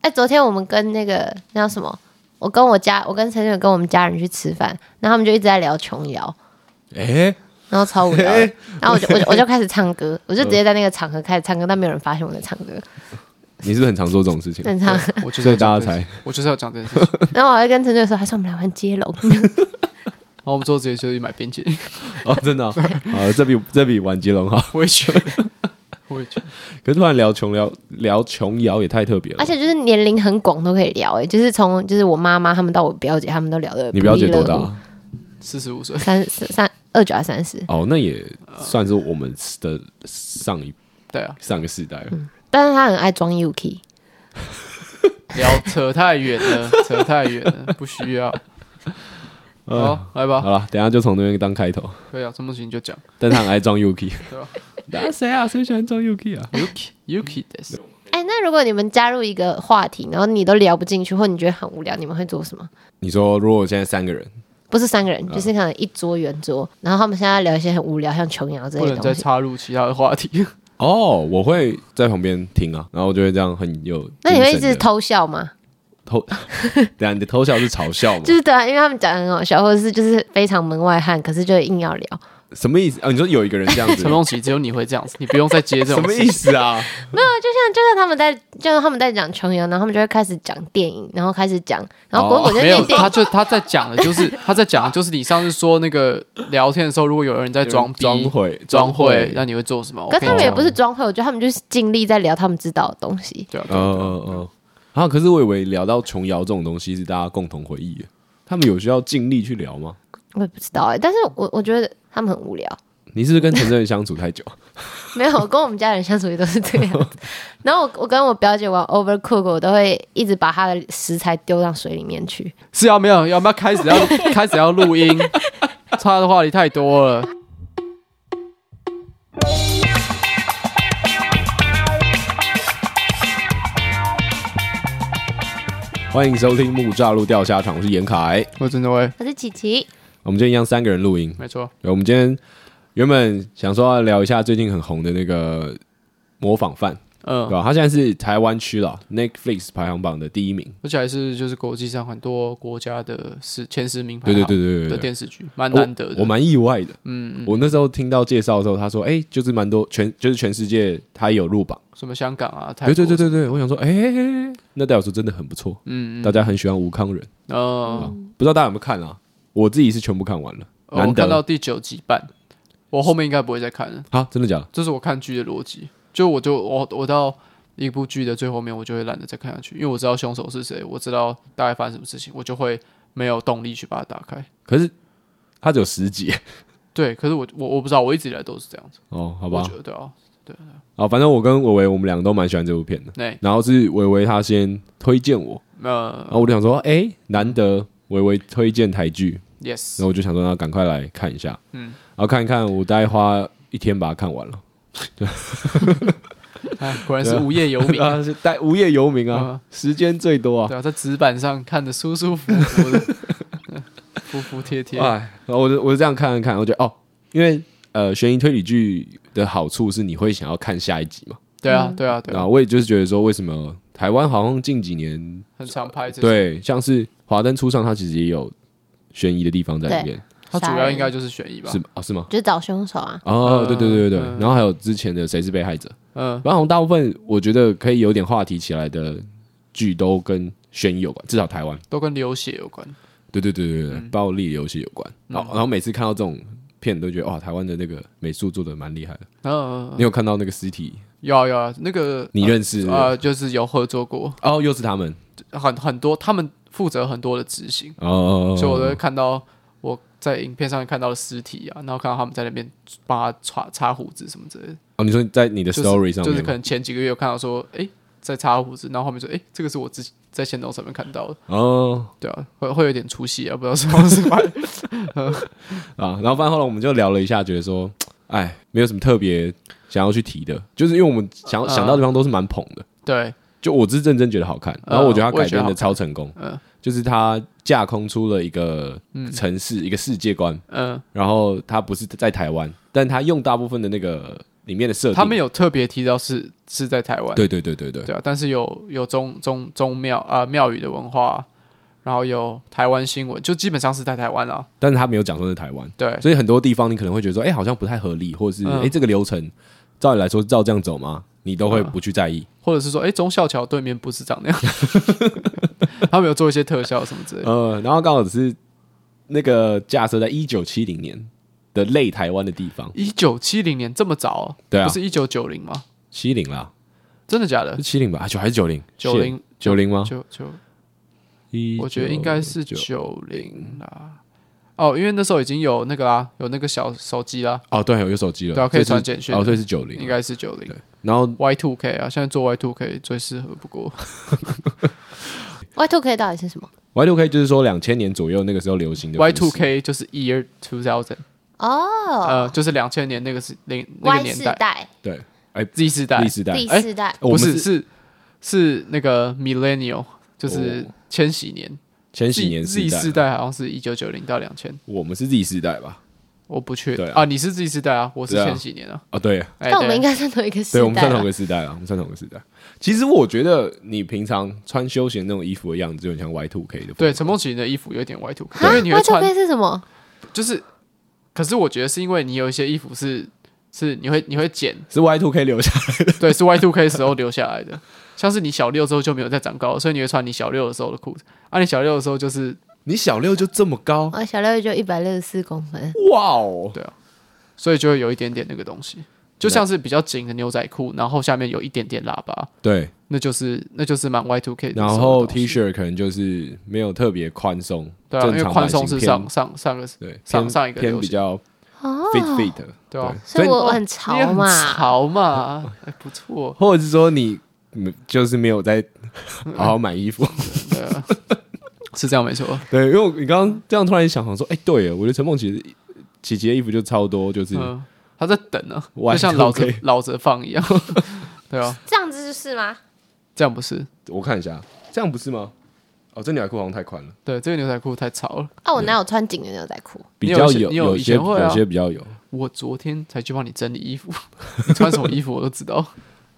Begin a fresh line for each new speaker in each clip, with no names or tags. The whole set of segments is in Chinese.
哎，昨天我们跟那个那叫什么，我跟我家，我跟陈远跟我们家人去吃饭，然后他们就一直在聊琼瑶，
哎，
然后超无 聊的，然后我就我就我就开始唱歌，我就直接在那个场合开始
嗯
唱歌，但没有人发现我在唱 歌，
你是不是很常做这种事情？
正 常。
我就是
所以
要讲
大家
这
才
件事，我就是要讲这 件事情。
然后我还跟陈远说，还是我们来玩接龙，
然后我们之后直接就去买 冰淇淋，
哦，真的哦，啊，这比这比玩接龙好。
我也觉得， 我也觉得，
可是突然聊琼聊聊琼瑶也太特别了
而，且就是年龄很广都可以聊、哎，就是从就是我妈妈他们到我表姐他们都聊的，
你表姐多大啊？
四十五岁，
三十三二九还三十，
哦，那也算是我们的上一
对啊，
上个世代了。
但是她很爱装 UK，
聊扯太远了，扯太远了，不需要。好，来吧，
哎好了，等一下就从那边当开头。
可以啊，什么事情就讲。
但他很爱 装 Yuki，
对吧
那谁啊？谁喜欢装 Yuki 啊？
Yuki Yuki です。
哎、那如果你们加入一个话题，然后你都聊不进去，或你觉得很无聊，你们会做什么？
你说如果现在三个人，
不是三个人，
嗯
就是可能一桌圆桌，然后他们现在聊一些很无聊，像琼瑶这
不
类
能再
东西。
插入其他的话题。
哦，我会在旁边听啊，然后我就会这样很有。
那你会一
精神
直
地
偷笑吗？
嗯
偷？ 等一下你的偷笑是嘲笑吗
就？是对啊，因为他们讲得很好笑，或者是就是非常门外汉，可是就硬要聊。
什么意思啊？你说有一个人这样 子
陈，梦琪只有你会这样子，你不用再接这
什
种
么
事
意思啊？
那就像他们在，就是他们在讲琼瑶，然后他们就会开始讲电影，然后开始讲，然后
哦
滚滚就
哦没有
念，电影。
他就他在讲的就是他在讲的就是你上次说那个聊天的时候，如果有人在装逼、
装会
装会，那你会做什么？
可是他们也
我
不
跟你
是装会，我觉得他们就是尽力在聊他们知道的东西。
讲对啊，对啊
嗯嗯嗯。啊，可是我以为聊到琼瑶这种东西是大家共同回忆的，他们有需要尽力去聊吗？
嗯
我也不知道哎、但是我我觉得他们很无聊。
你是不是跟陈正宇相处太久？
没有，我跟我们家人相处也都是这个样 子。然后我我跟我表姐玩 Overcook，我都会一直把她的食材丢到水里面去。
是啊，没有，要不要开 始要开始要录音？插的话题太多了。
欢迎收听木栅路钓虾场，我是严凯。
我真的会，
可是琪琪，
我们今天一样三个人录音，
没错，
对我们今天原本想说要聊一下最近很红的那个模仿犯，对
嗯，
吧？他现在是台湾区了 Netflix 排行榜的第一名。
而且还是就是国际上很多国家的是前十名排
对对对
行
对对
的
对，
电视剧，蛮难得
我
的。
蛮意外的。
嗯，
我那时候听到介绍的时候，他说：“哎，就是蛮多全就是全世界他有入榜。”
什么香港啊，泰
对
国，
对对，对对，我想说，哎，那代表说真的很不错，
嗯，
大家很喜欢吴康仁。
嗯，
不知道大家有没有看啊？我自己是全部看完了，
呃我
难
看
得
到第九集半，我后面应该不会再看了。
啊！真的假的？
这是我看剧的逻辑。就我就我我到一部剧的最后面，我就会懒得再看下去，因为我知道凶手是谁，我知道大概发生什么事情，我就会没有动力去把它打开。
可是他只有十集
对，可是我我我不知道，我一直以来都是这样子，
哦，好
好
吧
我，觉得对啊，
好，反正我跟伟伟我们两个都蛮喜欢这部片的。
那
然后是伟伟他先推荐我，然
那
后我就想说，哎、难得伟伟推荐台剧，然
yes，
后我就想说，那赶快来看一下。嗯，然后看一看，我大概花一天把它看完了。
哎，果然是无业游民。
啊，是带无业游民啊
啊，
时间最多啊。
对啊，在纸板上看的舒舒服服的， 服服帖帖。
哎，然后我就我就这样看了看，我觉得哦，因为呃，悬疑推理剧的好处是你会想要看下一集嘛。
对啊，对啊，对
然
啊，
后我也就是觉得说，为什么台湾好像近几年
很常拍这。，
对，像是《华灯初上》，它其实也有悬疑的地方在里
对
面，
它主要应该就是悬疑吧
是？吗？哦，是吗？
就是找凶手啊。
哦，对对对对对，
嗯
然后还有之前的《谁是被害者》，
嗯，
然后大部分我觉得可以有点话题起来的剧都跟悬疑有关，至少台湾，
都跟流血有关。
对对对对对，
嗯
暴力游戏有关。然后然后每次看到这种片，都觉得哇，台湾的那个美术做的蛮厉害的。
嗯，
你有看到那个尸体，
有啊有啊，那个
你认识？
啊，就是有合作过，
哦，又是他们
很很多，他们负责很多的执行，
哦，
所以我都会看到我在影片上看到的尸体啊，然后看到他们在那边帮他擦擦胡子什么之类的，
哦，你说在你的
就是
story 上
就是
面吗，
可能前几个月有看到说，诶，在擦胡子，然后后面说，诶，这个是我之前在线动上面看到的，
哦
对啊，会会有点出戏啊，不知道是不是吧？
啊，然后反正后来我们就聊了一下，觉得说，哎，没有什么特别想要去提的，就是因为我们想要
嗯
想到的地方都是蛮捧的。
对，
就我是认真觉得好看，
嗯
然后我觉得他
我
改
也觉
编
得好
的
看
超成功，
嗯
就是他架空出了一个城市、一个世界观，
嗯
然后他不是在台湾，但他用大部分的那个里面的设定。
他们有特别提到是是在台湾，
对对对对对
对啊，但是有有宗宗宗庙啊庙宇的文化，然后有台湾新闻，就基本上是在台湾啦。
但是他没有讲说是台湾，
对，
所以很多地方你可能会觉得说，哎、好像不太合理，或者是哎、
嗯
这个流程照理来说照这样走吗？你都
嗯
会不去在意。
或者是说，哎、忠孝桥对面不是长那 样，他们有做一些特效什么之类的。
呃，然后刚好只是那个架设在一九七零年的类台湾的地方，
一九七零年这么早哦、
对啊
不，是一九九零吗？
七零啦，
真的假的
是？啊七零吧？啊九还是九零？
九零
九零吗？
九九，
一，
我觉得应该是九零啦。哦，因为那时候已经有那个啦，有那个小手机啦，
哦，对，有手机了，
对啊可
所
以
是
传简讯
哦，所以是九零，
应该是九零。
然后
Y two K 啊，现在做 Y two K 最适合不过。
Y two K 到底是什么？
Y two K 就是说两千年左右那个时候流行的
Y
服
two
饰
K 就是 year two thousand，
哦、
呃，就是两千年那个是零那个
y
年
世
代
代、
对，
，Z 世代
第，四代，
第四代，
我
不
们
是是是那个 millennial，就是
哦
千禧年。
前几
Z
年啊
Z 世
世，
代好像是一九九零到两千，
我们是 Z 世代吧？
我不确
对啊
啊，你是 Z 世代啊，我是
对啊
千禧年啊。
啊，对，
哎
但我们
对
应该算同一个世
对，我们
代啊
算同
吧。
个时代了，我们算同个时代。其实我觉得你平常穿休闲那种衣服的样子，就很像 Y two K 的风格。
对陈梦琪的衣服有点 Y two K，
哈
因为你会
y two
穿
K 是什么？
就是，可是我觉得是因为你有一些衣服是是你会你会剪，
是 Y two K 留下
对，是 Y two K 时候留下来的。 像是你小六之后就没有再长高了，所以你会穿你小六的时候的裤子。啊，你小六的时候就是
你小六就这么高，
哦，小六就一百六十四公分，
哇哦！
所以就会有一点点那个东西，就像是比较紧的牛仔裤，然后下面有一点点喇叭，
对，
那就是那就是蛮 Y two K 的时
然
候的
后
东
T
西
恤可能就是没有特别宽松，
对啊，因
正
为
常
宽
版型
松
偏
是上上上个
对
上
偏
上一个
偏
流
比
行
较 fit fit 的，
对
哦
啊
所以我我
你
很
你
潮
很
嘛。
潮嘛，哎不错，
或者是说你嗯就是没有在 好好买衣服，
对 啊，是这样没错，
对，因为我你刚刚这样突然想想说，哎，对耶，我觉得陈梦琪的琪琪的衣服就超多，就是
嗯，他在等啊，
Y2K
就像老着老着 放一样，对啊，
这样子就是吗？
这样不是，
我看一下，这样不是吗？哦，这牛仔裤好像太宽了，
对，这个牛仔裤太潮了，
啊，我哪有穿紧的牛仔裤？
比
你有
较
一些你有
有
以
些
前会啊
有些比较有，
我昨天才去帮你整理 衣服，你穿什么衣服我都知道，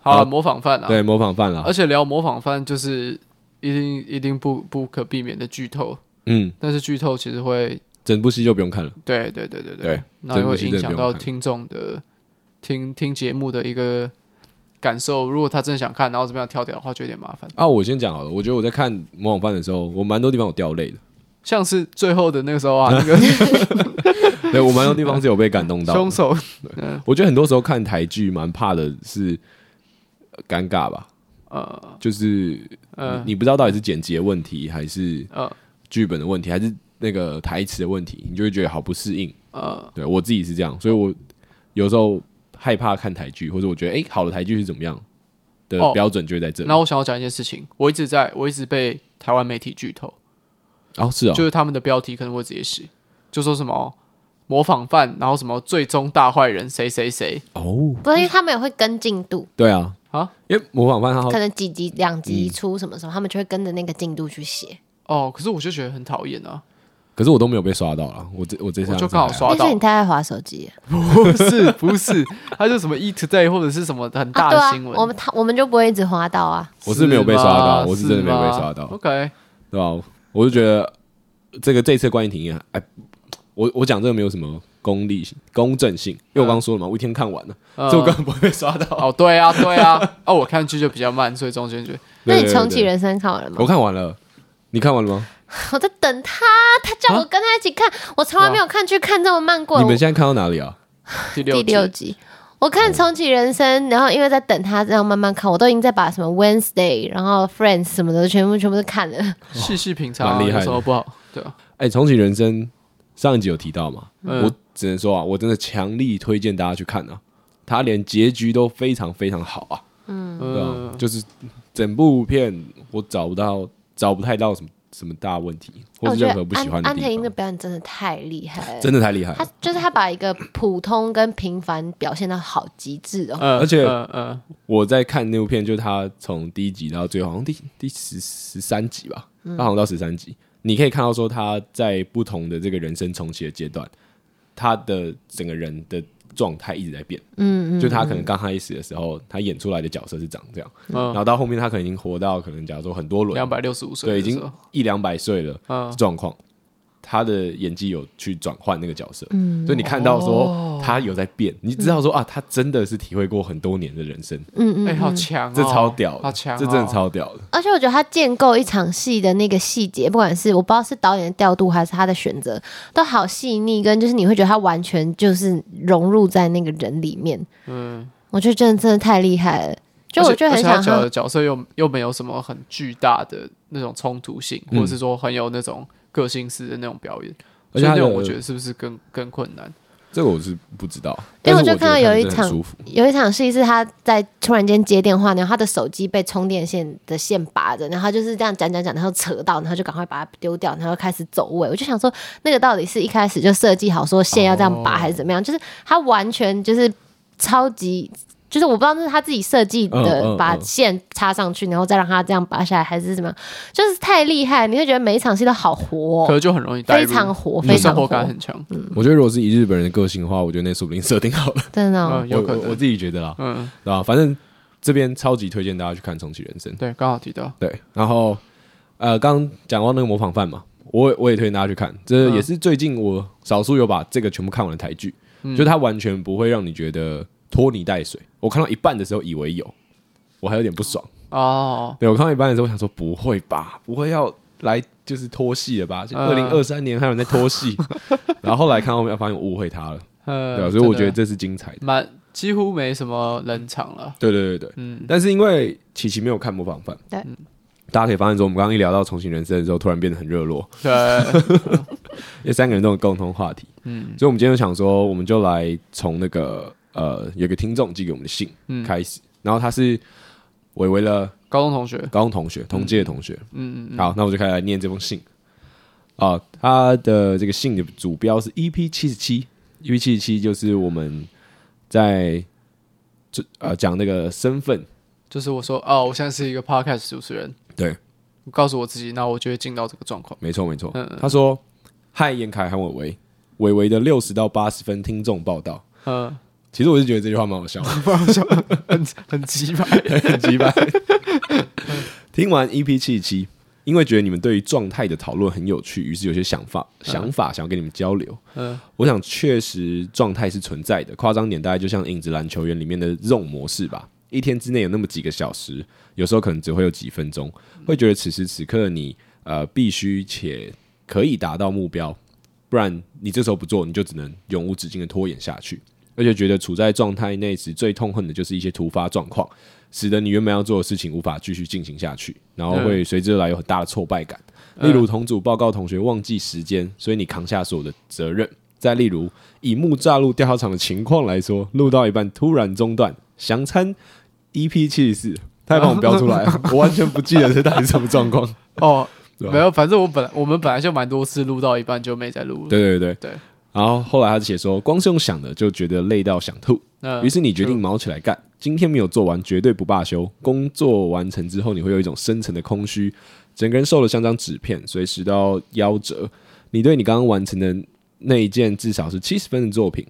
好啊，
好
模仿犯啊，
对，模仿犯了
而，且聊模仿犯就是一定一定不不可避免的剧透，
嗯，
但是剧透其实会
整部戏就不用看了，
对对对对
对，
那也
这部
会
戏
影
真的
响
不用
到
看
听众的听听节目的一个感受。如果他真的想看，然后怎么样跳掉的话，就有点麻烦。
啊，我先讲好了，我觉得我在看模仿犯的时候，我蛮多地方有掉泪的。
像是最后的那个时 候啊，那个
对我蛮多地方是有被感动到
凶
的。
手
我觉得很多时候看台剧蛮怕的是呃尴尬吧，
呃
就是
呃
你不知道到底是剪辑的问题，还是
呃
剧本的问题，还是那个台词的问题，你就会觉得好不适应。
呃，
对我自己是这样，所以我有时候害怕看台剧，或者我觉得诶好的台剧是怎么样的
哦
标准就会在这里。
然后我想要讲一件事情，我一直在我一直被台湾媒体剧透，
哦，是哦
就，是他们的标题可能会直接写，就说什么模仿犯，然后什么最终大坏人谁谁谁
哦，
不是，因为他们也会跟进度，
对啊，
啊，
因为模仿犯他好
可能几集、两集出什么什么，他们就会跟着那个进度去写。
哦，可是我就觉得很讨厌啊，
可是我都没有被刷到啊，我这我这下
我就刚好刷
但是
到
你，太爱滑手机了
不是不 是，他就什么 E Today 或者是什么很
啊！
大
对
的
啊
新，闻，
我们他我们就不会一直滑到啊。
我是没有被刷到
吗
我是真的没有被
吗
刷到
OK，
对吧、我就觉得这个这次观影体验，哎，我我讲这个没有什么功利性、公正性，因为我刚刚说了嘛，我一天看完了，
呃
所以我根本不会被刷到。
哦，对啊对啊， 哦，我看剧就比较慢，所以中间就
那你
对对
重启
对
人生看完了吗
我？看完了，你看完了吗？
我在等他，他叫我跟他一起看，我从来没有看剧看这么慢过。
啊你们
我
现在看到哪里啊？
第六
第六集，我看《重启人生》，然后因为在等他这样慢慢看，我都已经在把什么 Wednesday，然后 Friends 什么的全部全部都 看了。
细细品尝
蛮
啊，
厉害的
有时候不好，对啊，
哎，重启人生上一集有提到嘛，
嗯
我只能说啊，我真的强力推荐大家去看啊，他连结局都非常非常好啊，对吧、
嗯，
就是整部片我找不到找不太到什么什么大问题，或
我
是
觉
任
得
何不喜
安
欢的
安
地
藤英的
方，
表演真的太厉害了，
真的太厉害
哎他
了。
就是他把一个普通跟平凡表现到好极致哦。
呃
而且
呃呃，
我在看那部片，就是他从第一集到最后，好像第第十十三集吧，
嗯
他好像到十三集，你可以看到说他在不同的这个人生重启的阶段，他的整个人的状态一直在变。
嗯嗯，
就他可能刚开始的时候，他演出来的角色是长这样，然
嗯，
后到后面他可能已经活到可能假如说很多轮，
两百六十五岁
对，
的
已
时
经
候，
一两百岁了
嗯
状况，他的演技有去转换那个角色，所以你看到说他有在变，你知道说啊，他真的是体会过很多年的人生，
嗯嗯，
哎，好强哦，
这超屌的，
好强哦，
这真的超屌的，
而且我觉得他建构一场戏的那个细节，不管是我不知道是导演的调度还是他的选择，都好细腻，跟就是你会觉得他完全就是融入在那个人里面。
嗯。
我觉得真的真的太厉害了，就我
而且
就很
而且他
想
角
他
的角色又又没有什么很巨大的那种冲突性，
嗯
或者是说很有那种个性式的那种表演，
而
所
且
以
他
那
的
种我觉得是不是更更困难？
这个我是不知道，
因为
但
我
是
就
我觉得
看到有一
真的很
场
舒服，
有一场戏是他在突然间接电话，然后他的手机被充电线的线拔着，然后他就是这样讲讲讲，然后扯到，然后就赶快把它丢掉，然后开始走位。我就想说，那个到底是一开始就设计好说线要这样拔
哦
还是怎么样？就是他完全就是超级。就是我不知道那是他自己设计的，
嗯嗯
把
嗯
线插上去，然后再让他这样拔下来，还是怎么样？就是太厉害，你会觉得每一场戏都好活、
可
哦，
是就很容易带
非
入，
常活，
嗯
非
生
常
活
活，
感很强。
我觉得如果是以日本人的个性的话，我觉得那说不定设定好了，
真的、哦。
嗯，
我
有可
我我
能。
自己觉得啦，
嗯，
对吧？反正这边超级推荐大家去看《重启人生》。
对，刚好提到，
对，然后呃，刚讲到那个模仿犯嘛，我也我也推荐大家去看，这
嗯
也是最近我少数有把这个全部看完的台剧，
嗯
就它完全不会让你觉得拖泥带水。我看到一半的时候以为有，我还有点不爽。
哦，
对我看到一半的时候，我想说不会吧，不会要来就是拖戏了吧？
嗯
二零二三年还有人在拖 戏，然后后来看后面发现我误会他了，
呃，
对、啊，所以我觉得
真
这是精彩的
的。蛮几乎没什么冷场了。
对对对对，
嗯，
但是因为琪琪没有看模仿犯，
对
嗯，大家可以发现说，我们刚刚一聊到重新人生的时候，突然变得很热络，
对，
因为三个人都有共同话题，
嗯
所以我们今天就想说，我们就来从那个呃，有个听众寄给我们的信
嗯，
开始，然后他是伟伟的
高中同学，
高中同学，同届的同学，
嗯嗯嗯，
好，那我就开始来念这封信。啊、他的这个信的主标是 EP 七十七，EP 七十七就是我们在这呃讲那个身份，
就是我说，哦，我现在是一个 podcast 主持人，
对，
我告诉我自己，那我就会进到这个状况。
没错没错。
嗯嗯
他说：“嗨，严凯和伟伟，伟伟的六十到八十分听众报道。
嗯，”
其实我是觉得这句话蛮好笑的，
很很 鸡巴，
很鸡掰。 听完 EP 七十七，因为觉得你们对于状态的讨论很有趣，于是有些想法想法想要跟你们交流。
嗯
我想确实状态是存在的，夸张点大概就像影子篮球员里面的 zone 模式吧。一天之内有那么几个小时，有时候可能只会有几分钟，会觉得此时此刻你呃必须且可以达到目标，不然你这时候不做，你就只能永无止境的拖延下去。而且觉得处在状态内时，最痛恨的就是一些突发状况，使得你原本要做的事情无法继续进行下去，然后会随之而来有很大的挫败感。例如同组报告同学忘记时间，所以你扛下所有的责任。再例如，以木栅路调查厂的情况来说，录到一半突然中断，详参 EP 七十四，他还帮我标出 来了，我完全不记得这到底是什么状况。
哦，
对吧
没有，反正我本来我们本来就蛮多次录到一半就没再录 了。
对对对
对。
然后后来他写说，光是用想的就觉得累到想吐，
那
于呃是你决定
true
毛起来干。今天没有做完，绝对不罢休。工作完成之后，你会有一种深层的空虚，整个人瘦了像张纸片，随时都要夭折。你对你刚刚完成的那一件至少是七十分的作品，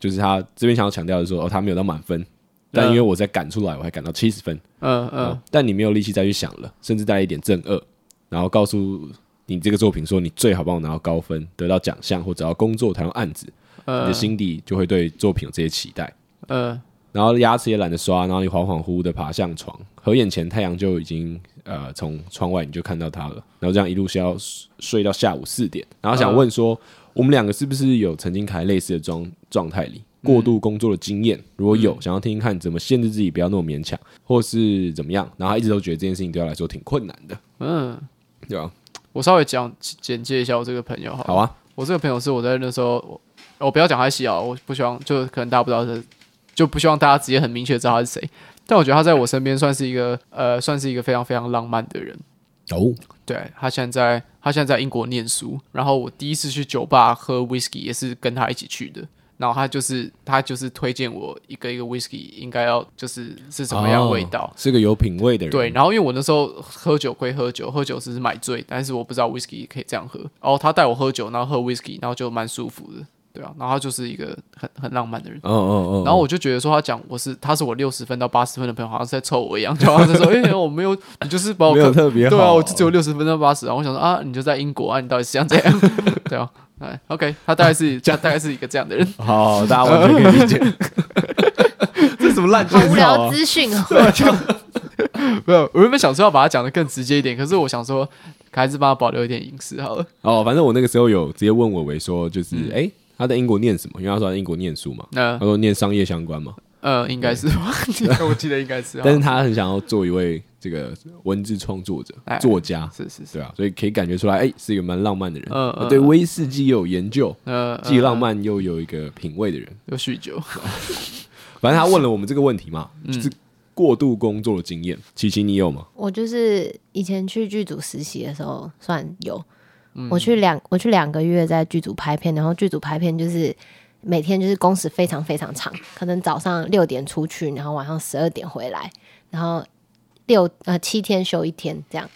就是他这边想要强调的是说，哦，他没有到满分，但因为我在赶出来，我还赶到七十分。
嗯嗯
嗯，但你没有力气再去想了，甚至带一点正恶，然后告诉你这个作品说你最好帮我拿到高分，得到奖项或者要工作谈到案子，你的
嗯
心底就会对作品有这些期待，
嗯
然后牙齿也懒得刷，然后你恍恍惚惚的爬向床，合眼前太阳就已经呃从窗外你就看到它了，然后这样一路是要睡到下午四点，然后想问说、我们两个是不是有曾经卡在类似的状状态里？过度工作的经验，如果有，想要听听看怎么限制自己不要那么勉强，或是怎么样，然后他一直都觉得这件事情对他来说挺困难的，
嗯，
对吧？
我稍微讲简介一下我这个朋友好了
好啊，
我这个朋友是我在那时候，我我不要讲他戏啊，我不希望就可能大家不知道是，就不希望大家直接很明确地知道他是谁。但我觉得他在我身边算是一个呃，算是一个非常非常浪漫的人。
哦，
对他现在他现在在英国念书，然后我第一次去酒吧喝 whisky 也是跟他一起去的。然后他就是他就是推荐我一个一个 whisky 应该要就是是什么样味道，
哦是个有品味的人，
对，，然后因为我那时候喝酒归喝酒，喝酒只是哦买醉，但是我不知道 whisky 可以这样喝。然后他带我喝酒，然后喝 whisky，然后就蛮舒服的。对啊，然后他就是一个很很浪漫的人。
哦哦哦，
然后我就觉得说，他讲我是他是我六十分到八十分的朋友，好像是在臭我一样，就好像在 说，哎、我没有，你就是把我
没有特别好哦
对啊，我就只有六十分到八十，然后我想说啊，你就在英国啊，你到底是想怎样？ 对啊，哎，OK，他大概是他大概是一个这样的人，
好，大家完全可以理解。这什么烂
好
介
无
绍
聊
啊？
资讯哦。
没有，我原本想说要把他讲的更直接一点，可是我想说还是帮他保留一点隐私好了。
哦，反正我那个时候有直接问伟伟说，就是
嗯
哎、诶他在英国念什么？因为他说他在英国念书嘛，
那
他说念商业相关嘛，
呃，应该是吧， 我记得应该是啊，
但是他很想要做一位这个文字创作者、
哎
作家，
是是是，
对啊，所以可以感觉出来，哎、是一个蛮浪漫的人，
嗯
他
嗯
对
嗯
威士忌又有研究，
呃，
既浪
呃
漫又有一个品味的人。
又酗酒，
反正他问了我们这个问题嘛，
嗯
就是过度工作的经验。琪琪，你有吗？
我就是以前去剧组实习的时候算有，
嗯
我去两我去两个月在剧组拍片，然后剧组拍片就是每天就是工时非常非常长，可能早上六点出去，然后晚上十二点回来，然后六呃七天休一天，这样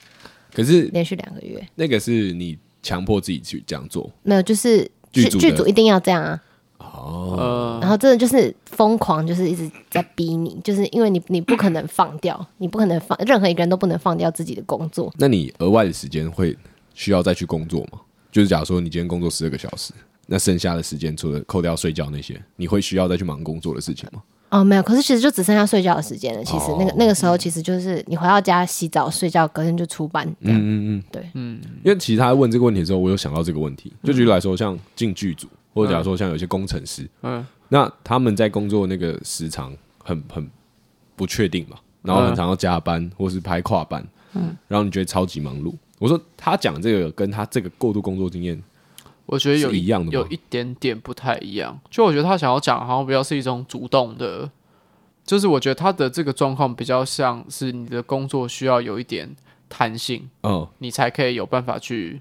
可是
连续两个月
那个是你强迫自己去这样做
没有，就是
剧
去
组的
剧组一定要这样啊，
哦，
呃，
然后真的就是疯狂，就是一直在逼你，就是因为你你不可能放掉，你不可能放任何一个人都不能放掉自己的工作，
那你额外的时间会需要再去工作吗？就是假如说你今天工作十二个小时，那剩下的时间除了扣掉睡觉那些，你会需要再去忙工作的事情吗？
哦，没有，可是其实就只剩下睡觉的时间了。其实那个、
哦
那个时候，其实就是你回到家洗澡、睡觉，隔天就出班这样。嗯嗯对，
因为其实他问这个问题的时候，我有想到这个问题。
嗯
就举例来说，像进剧组，或者假如说像有一些工程师，
嗯，
那他们在工作那个时长很很不确定嘛，然后很常要加班或是拍跨班，嗯，然后你觉得超级忙碌。我说他讲这个跟他这个过度工作经验，
我觉得有
是一样的吗
有一点点不太一样。就我觉得他想要讲，好像比较是一种主动的，就是我觉得他的这个状况比较像是你的工作需要有一点弹性，
哦，
你才可以有办法去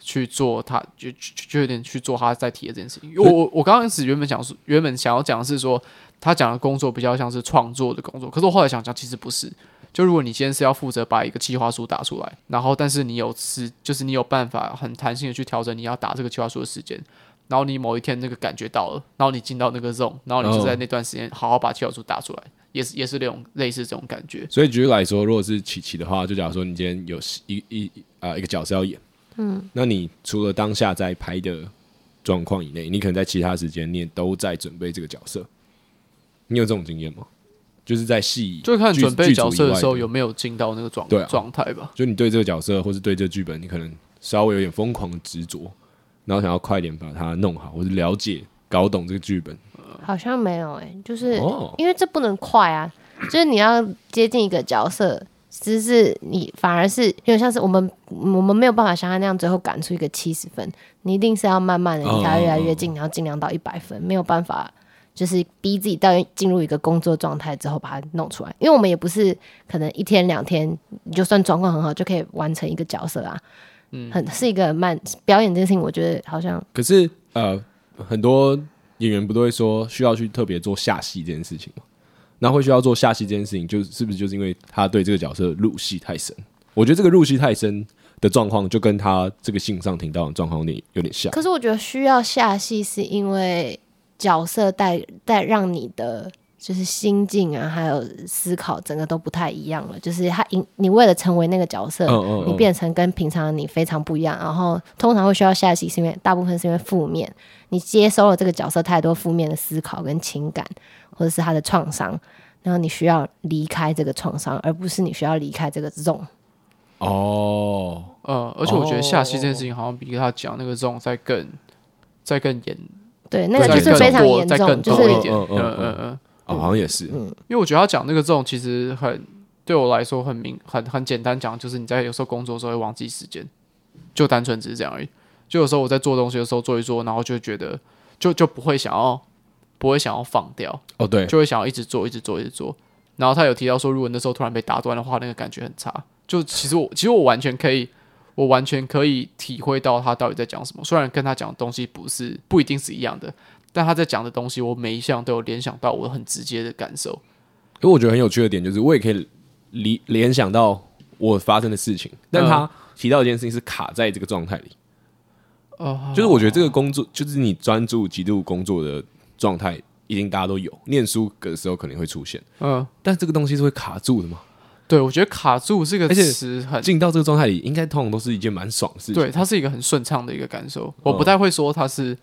去做他，就就就有点去做他在提的这件事情。因为我我我刚开始原本想说，原本想要讲的是说，他讲的工作比较像是创作的工作，可是我后来想想，其实不是。就如果你今天是要负责把一个计划书打出来，然后但是你有时，就是你有办法很弹性的去调整你要打这个计划书的时间，然后你某一天那个感觉到了，然后你进到那个 zone，然后你就在那段时间好好把计划书打出来，也是也是那种类似这种感觉。
所以举例来说，如果是琪琪的话，就假如说你今天有戏一一啊、一个角色要演，嗯，那你除了当下在拍的状况以内，你可能在其他时间你也都在准备这个角色。你有这种经验吗？就是在戏
就看
剧
准备
剧组
角色
以
的
外
时候有没有进到那个状
对啊
状态吧。
就你对这个角色或是对这个剧本，你可能稍微有点疯狂的执着，然后想要快点把它弄好，或是了解、搞懂这个剧本。
好像没有哎、就是、
哦
因为这不能快啊，就是你要接近一个角色，只是你反而是有点像是我们我们没有办法像他那样最后赶出一个七十分，你一定是要慢慢的，
哦
你才会越来越近，然后尽量到一百分，没有办法。就是逼自己到进入一个工作状态之后，把它弄出来。因为我们也不是可能一天两天，你就算状况很好就可以完成一个角色啊。嗯，很是一个慢表演这件事情，我觉得好像
可是呃，很多演员不都会说需要去特别做下戏这件事情吗？那会需要做下戏这件事情，就是是不是就是因为他对这个角色入戏太深？我觉得这个入戏太深的状况，就跟他这个信上听到的状况有点有点像。
可是我觉得需要下戏，是因为角色带带让你的就是心境啊，还有思考，整个都不太一样了。就是他因你为了成为那个角色，
嗯嗯嗯
你变成跟平常的你非常不一样。然后通常会需要下戏，是因为大部分是因为负面，你接收了这个角色太多负面的思考跟情感，或者是他的创伤。然后你需要离开这个创伤，而不是你需要离开这个 zone。
哦，
呃，而且我觉得下戏这件事情好像比他讲那个这种再更再更严，
对，那个
再
就
对
是
更
非常
多
严
再
重，
更
就
多
是
一点。
嗯
嗯
嗯嗯
嗯嗯，
哦，好像也是，
因为我觉得他讲那个这种其实很对我来说很明很很简单讲，就是你在有时候工作的时候会忘记时间，就单纯只是这样而已。就有时候我在做东西的时候做一做，然后就觉得就就不会想要不会想要放掉，
哦，对，
就会想要一直做，一直做，一直做。然后他有提到说，如果那时候突然被打断的话，那个感觉很差。就其实我，其实我完全可以，我完全可以体会到他到底在讲什么。虽然跟他讲的东西不是不一定是一样的，但他在讲的东西，我每一项都有联想到我很直接的感受。
可我觉得很有趣的点就是，我也可以联联想
嗯
到我发生的事情，但他提到一件事情是卡在这个状态里，
哦，
就是我觉得这个工作，就是你专注极度工作的状态，一定大家都有。念书的时候肯定会出现，
嗯，
但这个东西是会卡住的嘛？
对，我觉得卡住这个
而且
词很，
进到这个状态里，应该通常都是一件蛮爽的事情。嗯
对，它是一个很顺畅的一个感受。我不太会说它是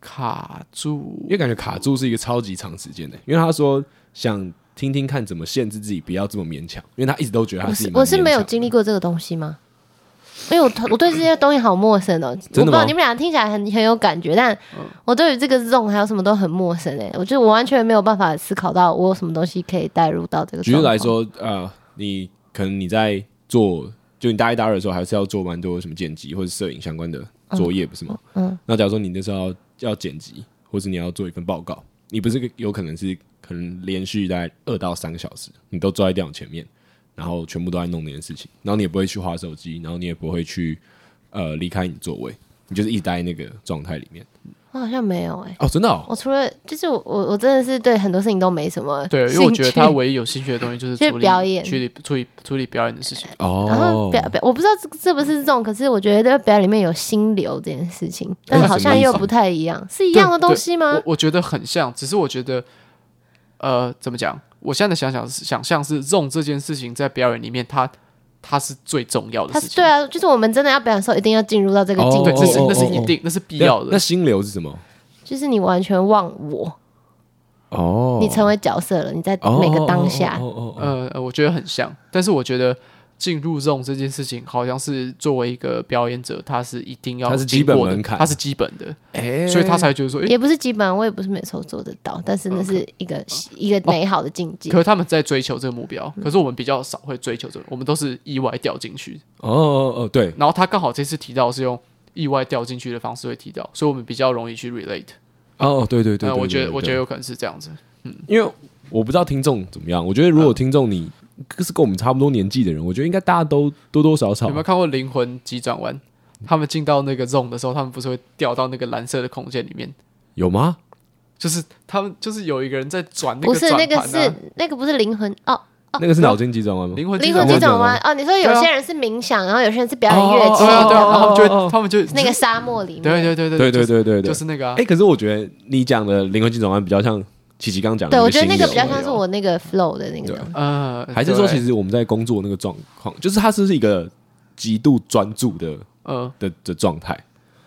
卡住
因，为感觉卡住是一个超级长时间的、因为他说想听听看怎么限制自己不要这么勉强，因为他一直都觉得他
我
自己
是
蛮
我是没有
勉强的
经历过这个东西吗？因为我我对这些东西好陌生哦、我不知
吗
道你们俩听起来很很有感觉，但我对于这个 zone 还有什么都很陌生哎、我就我完全没有办法思考到我有什么东西可以带入到这个。
举例来，说，呃，你可能你在做，就你大一、大二的时候，还是要做蛮多什么剪辑或者摄影相关的作业，不是吗？嗯。那假如说你那时候要要剪辑，或是你要做一份报告，你不是有可能是可能连续大概二到三个小时，你都坐在电脑前面，然后全部都在弄那件事情，然后你也不会去划手机，然后你也不会去呃离开你座位，你就是一直待在那个状态里面。
我好像没有哎、
哦，真的哦，
我除了就是我我我真的是对很多事情都没什么
对，因为我觉得他
兴趣
唯一有兴趣的东西就是
就是
处理
表演
处理处理处理表演的事情。
然后
哦，
表表，我不知道这是不是这种，可是我觉得表演里面有心流这件事情，但
那
好
什么
像
意思
又不太一样，是一样的
对
东西吗
我？我觉得很像，只是我觉得，呃，怎么讲？我现在想想想象是 zone 这件事情在表演里面，它它是最重要的
它
事
是
情。
对啊，就是我们真的要表演的时候，一定要进入到这个境
哦
对，这是
界，
那是
哦
一
哦
定，那是必要
那
的。
心流是什么？
就是你完全忘我，
哦，
你成为角色了，你在每个当下
哦，哦哦哦哦
呃，呃我觉得很像，但是我觉得进入 zone 这件事情，好像是作为一个表演者，他是一定要
它是
经
基本
过的
门槛
它是基本的，
哎
所以他才觉得说，诶，
也不是基本，我也不是每次都做得到，但是那是一个一个美好的境界
可。是他们在追求这个目标，
嗯
可是我们比较少会追求这个，我们都是意外掉进去。
哦哦哦，对，
然后他刚好这次提到是用意外掉进去的方式会提到，所以我们比较容易去 relate。
哦对对对，
那
对
哎我觉
对
得，
对
我觉得有可能是这样子。
因为我不知道听众怎么样，我觉得如果听众你是跟我们差不多年纪的人，我觉得应该大家都多多少少
有没有看过《灵魂急转弯》？他们进到那个 zone 的时候，他们不是会掉到那个蓝色的空间里面？
有吗？
就是他们就是有一个人在转那
不
个
是
转
那个
盘
是
啊，
那个不是灵魂哦，
那个是脑筋急转弯吗？
灵魂
灵魂
急
急
转
转弯
弯
哦。你说有些人是冥想，然后有些人是表演乐
哦
器
对啊对啊，然后他们
哦哦哦
就
哦
他们就
那个沙漠里面，
对对对
对
对对
对对对对，
就是那个啊
哎，可是我觉得你讲的灵魂急转弯比较像琪琪刚讲的，
对，我觉得那个比较
有
像是我那个 flow 的那个东
对
西。
呃，
啊还是说
对
其实我们在工作那个状况，就是它是不是一个极度专注的
呃
的的状态？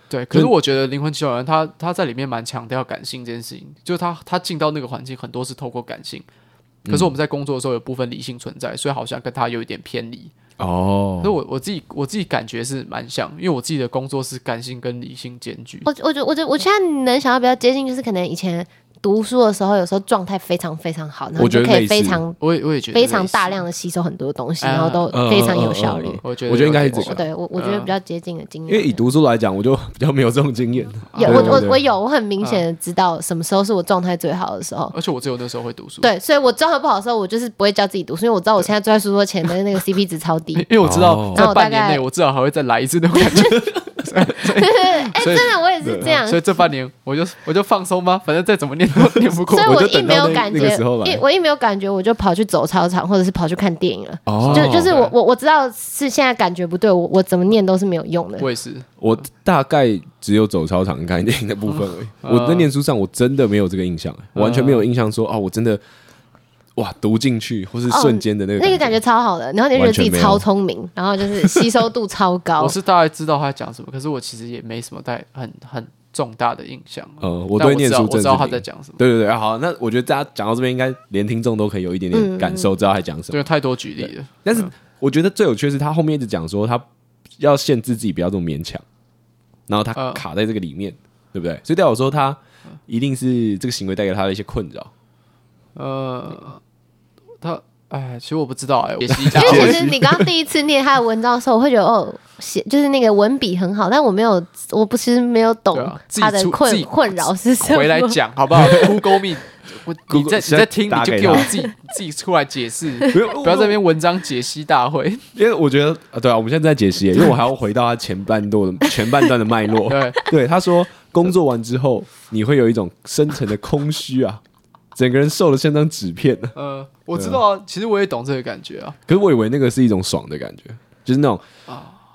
对，
就
可
是
是我觉得《灵魂急转弯》他他在里面蛮强调感性这件事情，就是他他进到那个环境很多是透过感性，
嗯
可是我们在工作的时候有部分理性存在，所以好像跟他有一点偏离。
哦
所以我我自己我自己感觉是蛮像，因为我自己的工作是感性跟理性兼具。
我我觉我觉我现在能想到比较接近，就是可能以前读书的时候，有时候状态非常非常好，然后
我
你
觉
就
得
可以
类似
非常
我也我也觉得
非常
类似
大，量的吸收很多东西，
啊
然后都
嗯
非常有效率
嗯嗯嗯。
我觉得
我觉得应该
有
是
点
这
我
个
对我我觉得
嗯
比较接近的经
因为以
验。
读书来讲，我就比较没有这种经 验。
有
对
我
对
我
对
我有，我很
嗯
明显的知道什么时候是我状态最好的时候。
而且我只有那时候会读书，，
对，所以我状态不好的时候，我就是不会叫自己读书，因为我知道我现在坐在书桌前的那个 CP 值超 低。
因为我知
哦
道
那
在
我
半
大
年
概
内我至少还会再来一次那种感觉，
哎，真的我也是这样，
所以这半年我就我就放松吧，反正再怎么念都念不过
所以。
我
我
就
一
等
没
到
有
那
感
那
觉
个时候，来
一我一没有感觉，我就跑去走操场，或者是跑去看电影了。
哦
就就是我我我知道是现在感觉不对，我我怎么念都是没有用的。
我也是，
我大概只有走操场看电影的部分而已。
嗯
我在念书上，我真的没有这个印象，
嗯
完全没有印象说啊，我真的哇读进去，或是瞬间的那个
哦那个感
感
觉超好的，然后你就觉得自己
完全没有
超聪明，然后就是吸收度超高
我。是大概知道他在讲什么，可是我其实也没什么太很很重大的印象。
呃，我
但
对念
知道
书
我
真
知
的
道
是
他
零
在讲什么，
对对对，啊好，那我觉得大家讲到这边，应该连听众都可以有一点
嗯
点感受，知道他在讲什么。
对，有太多举例了。
但是我觉得最有趣的是，他后面一直讲说他要限制自己不要这么勉强，然后他
嗯
卡在这个里面，对不对？所以代表说他一定是这个行为带给他的一些困扰。
呃，他哎，其实我不知道哎，也是一
因
下
为其实你刚刚第一次念他的文章的时候，我会觉得哦，写就是那个文笔很好，但我没有，我不是没有懂
对啊自己
他的
出自
困
己
困扰是什么。
回来讲好不 好？Google Meet，我你
Google-
在你在听，
打
你就
给
给我
他
自己 自己出来解释，
不要
不要在那边文章解析大 会。
因为我觉得，啊对啊，我们现在在解析 耶，因为我还要回到他前半段的前半段的脉络。
对，
对，他说工作完之后，你会有一种深层的空虚啊，整个人瘦的像张纸片啊。
呃，我知道啊，其实我也懂这个感觉啊。
可是我以为那个是一种爽的感觉，就是那种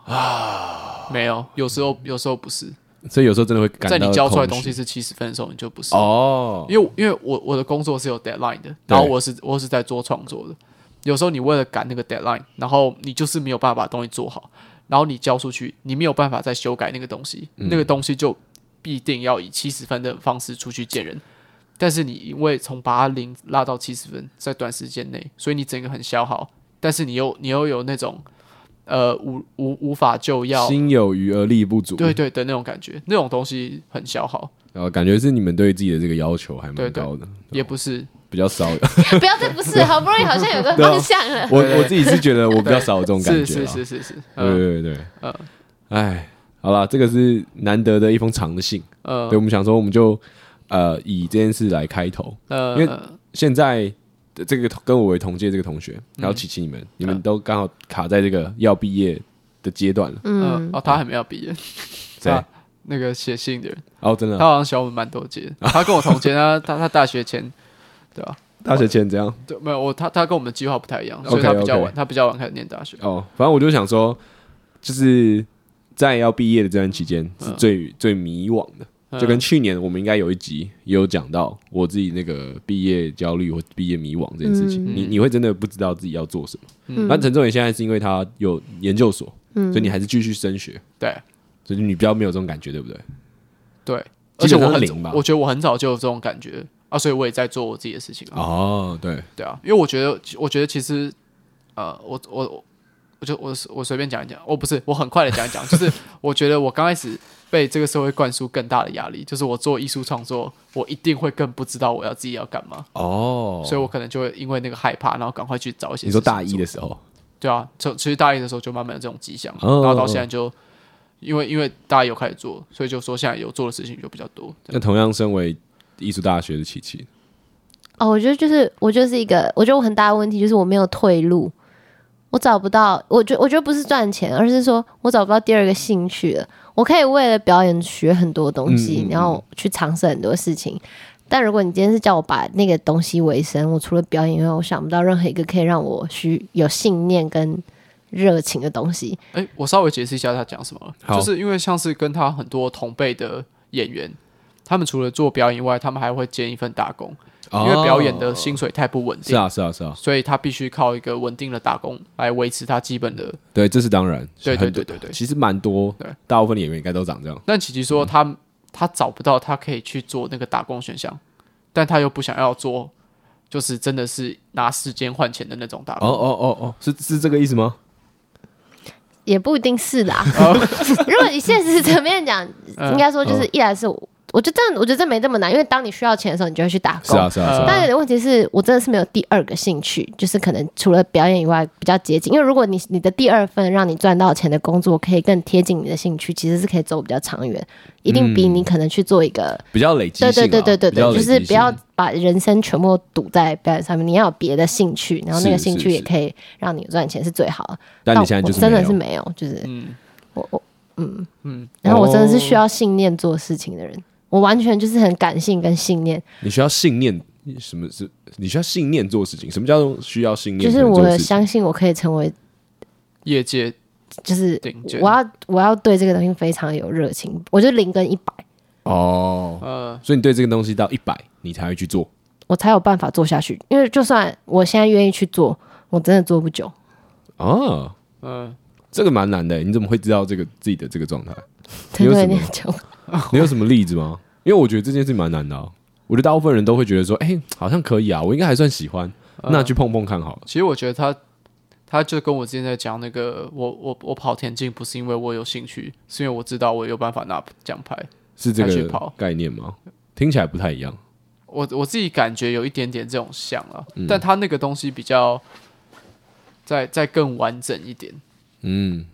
啊
没有，有时候有时候不是，
所以有时候真的会感到
在你交出来的
空
东西
虚
是七十分的时候，你就不是。
哦，
因为因为我我的工作是有 deadline 的，然后我是我是在做创作的，有时候你为了赶那个 deadline，然后你就是没有办法把东西做好，然后你交出去，你没有办法再修改那个东西，
嗯
那个东西就必定要以七十分的方式出去见人。但是你因为从把它零拉到七十分，在短时间内，所以你整个很消耗，但是你又你又有那种呃无无无法就药，
心有余而力不足，
对对的那种感觉，那种东西很消耗，
然后感觉是你们对自己的这个要求还蛮
对对
高的，
也不是
比较 少。
不要再不是，好不容易好像有个方向了。
我我自己是觉得我比较少有这种感觉
是
啦，
是是是是，嗯
对对对，
嗯
哎，好啦，这个是难得的一封长的信，
呃
对我们想说我们就呃以这件事来开头。
呃，
因为
呃
现在的这个跟我为同届这个同学，
嗯
还有琪琪你们，你们都刚好卡在这个要毕业的阶段了，
嗯，
呃哦，他还没有毕业，
谁
他那个写信的人，
哦，真
他
的啊，
啊好像小我们蛮多届的，他跟我同届，他他他大学前，对吧？
大学前怎样？
对，没有我，他他跟我们的计划不太一样，
OK，
所以他比较
OK
晚，他比较晚开始念大学。
哦，反正我就想说，就是在要毕业的这段期间是
嗯
最、最迷惘的，哦就跟去年我们应该有一集也有讲到我自己那个毕业焦虑或毕业迷惘这件事
嗯
情，你你会真的不知道自己要做什么。那陈仲也现在是因为他有研究所，所以你还是继续升学，
对
所以你比较没有这种感觉，对不对？
对，而
基
且
本上
我很
是零吧
早，我觉得我很早就有这种感觉啊，所以我也在做我自己的事情啊。
哦，对，
对啊，因为我觉得，我觉得其实，呃，我我我就我我随便讲一讲，我不是，我很快的讲一讲，就是 我觉得我刚开始被这个社会灌输更大的压力，就是我做艺术创作，我一定会更不知道我要自己要干嘛，
哦，
所以我可能就会因为那个害怕，然后赶快去找一些。
你说大一的？时候，
对啊，就其实大一的时候就慢慢有这种迹象，
哦
然后到现在就。因为因为大家有开始做，所以就说现在有做的事情就比较多。
那同样身为艺术大学的琪琪，
哦，我觉得就是我就是一个，我觉得我很大的问题就是我没有退路，我找不到，我觉我觉得不是赚钱，而是说我找不到第二个兴趣了。我可以为了表演学很多东西，
嗯嗯嗯
然后去尝试很多事情。但如果你今天是叫我把那个东西为生，我除了表演以外，我想不到任何一个可以让我需有信念跟热情的东西。
哎、我稍微解释一下他讲什么了，
好
就是因为像是跟他很多同辈的演员，他们除了做表演以外，他们还会兼一份打工，因为表演的薪水太不稳
哦是
定，
啊是啊是啊，
所以他必须靠一个稳定的打工来维持他基本的。
对，这是当然，
对对
很多
对对对
其实蛮多
对，
大部分的演员应该都长这样。
但琪琪说他、他找不到他可以去做那个打工选项，但他又不想要做，就是真的是拿时间换钱的那种打工。
哦哦哦哦，是是这个意思吗？
也不一定是啦。
哦
如果以现实层面讲，
嗯
应该说就是一来是我，我觉得这样，我觉得这没这么难，因为当你需要钱的时候，你就会去打
是
工。
啊是啊是啊，
但有点问题是我真的是没有第二个兴趣，就是可能除了表演以外比较接近。因为如果你你的第二份让你赚到钱的工作可以更贴近你的兴趣，其实是可以走比较长远，一定比你可能去做一个。
比较累积
对
性嗯啊。
对对对对
比较
对，
累
就
积
是
性
不要把人生全部堵在表演上面，你要有别的兴趣，然后那个
是
兴趣
是
也
是
可以让你赚钱是最好的。
但你现在就是
我真的是
没有
没有，就是
嗯，
我我嗯
嗯
然后我真
哦
的是需要信念做事情的人，我完全就是很感性跟信念，
你需要信念，什么是你需要信念做事情？什么叫做需要信
就
念才
是
能做事情？
我相信我可以成为，
业界
就是
顶尖
我要我要对这个东西非常有热情，我就零跟一百，
哦，
呃
所以你对这个东西到一百，你才会去做。
我才有办法做下去。因为就算我现在愿意去做，我真的做不久。
哦，
呃，
这个蛮难的，欸你怎么会知道这个自己的这个 状态？你
真
有
的
什
有
么
点久，
你有什么例子吗？因为我觉得这件事蛮难的啊、我觉得大部分人都会觉得说，哎、好像可以啊，我应该还算喜欢，那去碰碰看好了。
其实我觉得他，他就跟我之前在讲那个，我我我跑田径不是因为我有兴趣，是因为我知道我有办法拿奖牌。
是这
才去
个
跑
概念吗？听起来不太一样。
我我自己感觉有一点点这种像啊，但他那个东西比较再再更完整一点。
嗯，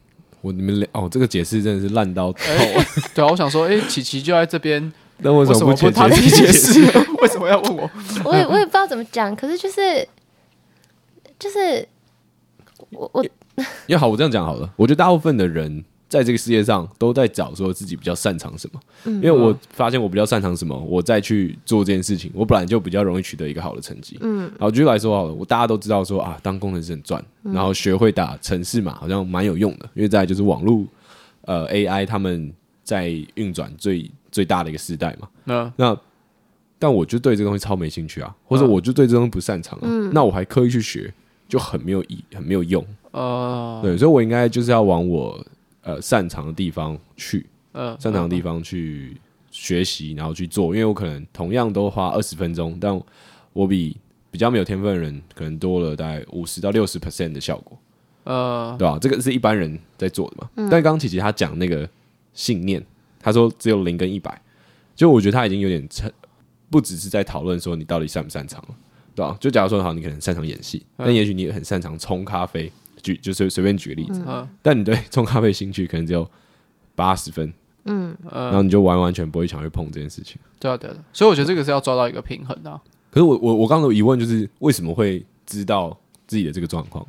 我你们俩哦，这个解释真的是烂到透。
对啊，我想说，诶，琪琪就在这边，
那为
为
什
什么
么不
不
解
他自己解释？ 为什么要问我？
我也我也不知道怎么讲，可是就是就是我我
也好，我这样讲好了。我觉得大部分的人在这个世界上都在找说自己比较擅长什么，因为我发现我比较擅长什么，我再去做这件事情，我本来就比较容易取得一个好的成绩。嗯，然后举例来说好了，我大家都知道说啊，当工程师很赚，然后学会打城市码好像蛮有用的，因为再来就是网络呃 AI 他们在运转最最大的一个时代嘛。
那
那但我就对这个东西超没兴趣啊，或者我就对这东西不擅长啊，那我还刻意去学，就很没有意，很没有用。
呃
对，所以我应该就是要往我呃擅长的地方去，
呃，
擅长的地方去学习，然后去做。因为我可能同样都花二十分钟，但我比比较没有天分的人可能多了大概五十到六十 percent 的效果，
呃
对吧、这个是一般人在做的嘛。但刚刚琪琪她讲那个信念，她说只有零跟一百，就我觉得她已经有点成，不只是在讨论说你到底擅不擅长了，对吧、就假如说好，你可能擅长演戏，但也许你也很擅长冲咖啡，举就随随便举个例子，
呃
但你对 冲咖啡兴趣可能只有八十分，嗯，然后你就完完全不会想去碰这件事情。
对啊对啊，对啊所以我觉得这个是要抓到一个平衡的啊。
可是我我我刚刚的疑问就是，为什么会知道自己的这个状况？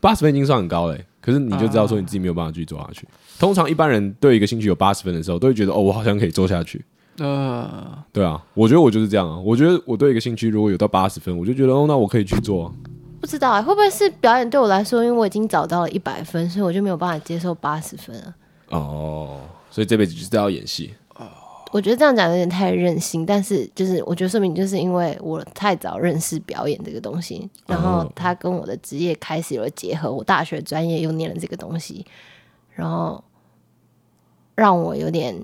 八十分已经算很高嘞、欸可是你就知道说你自己没有办法继续做下去。通常一般人对一个兴趣有八十分的时候，都会觉得哦，我好像可以做下去。
呃，
对啊，我觉得我就是这样啊。我觉得我对一个兴趣如果有到八十分，我就觉得哦，那我可以去做、啊。
不知道哎、会不会是表演对我来说，因为我已经找到了一百分，所以我就没有办法接受八十分啊。
哦，所以这辈子就是要演戏。
我觉得这样讲有点太任性，但是就是我觉得说明就是因为我太早认识表演这个东西，然后
哦
它跟我的职业开始有了结合，我大学专业又念了这个东西，然后让我有点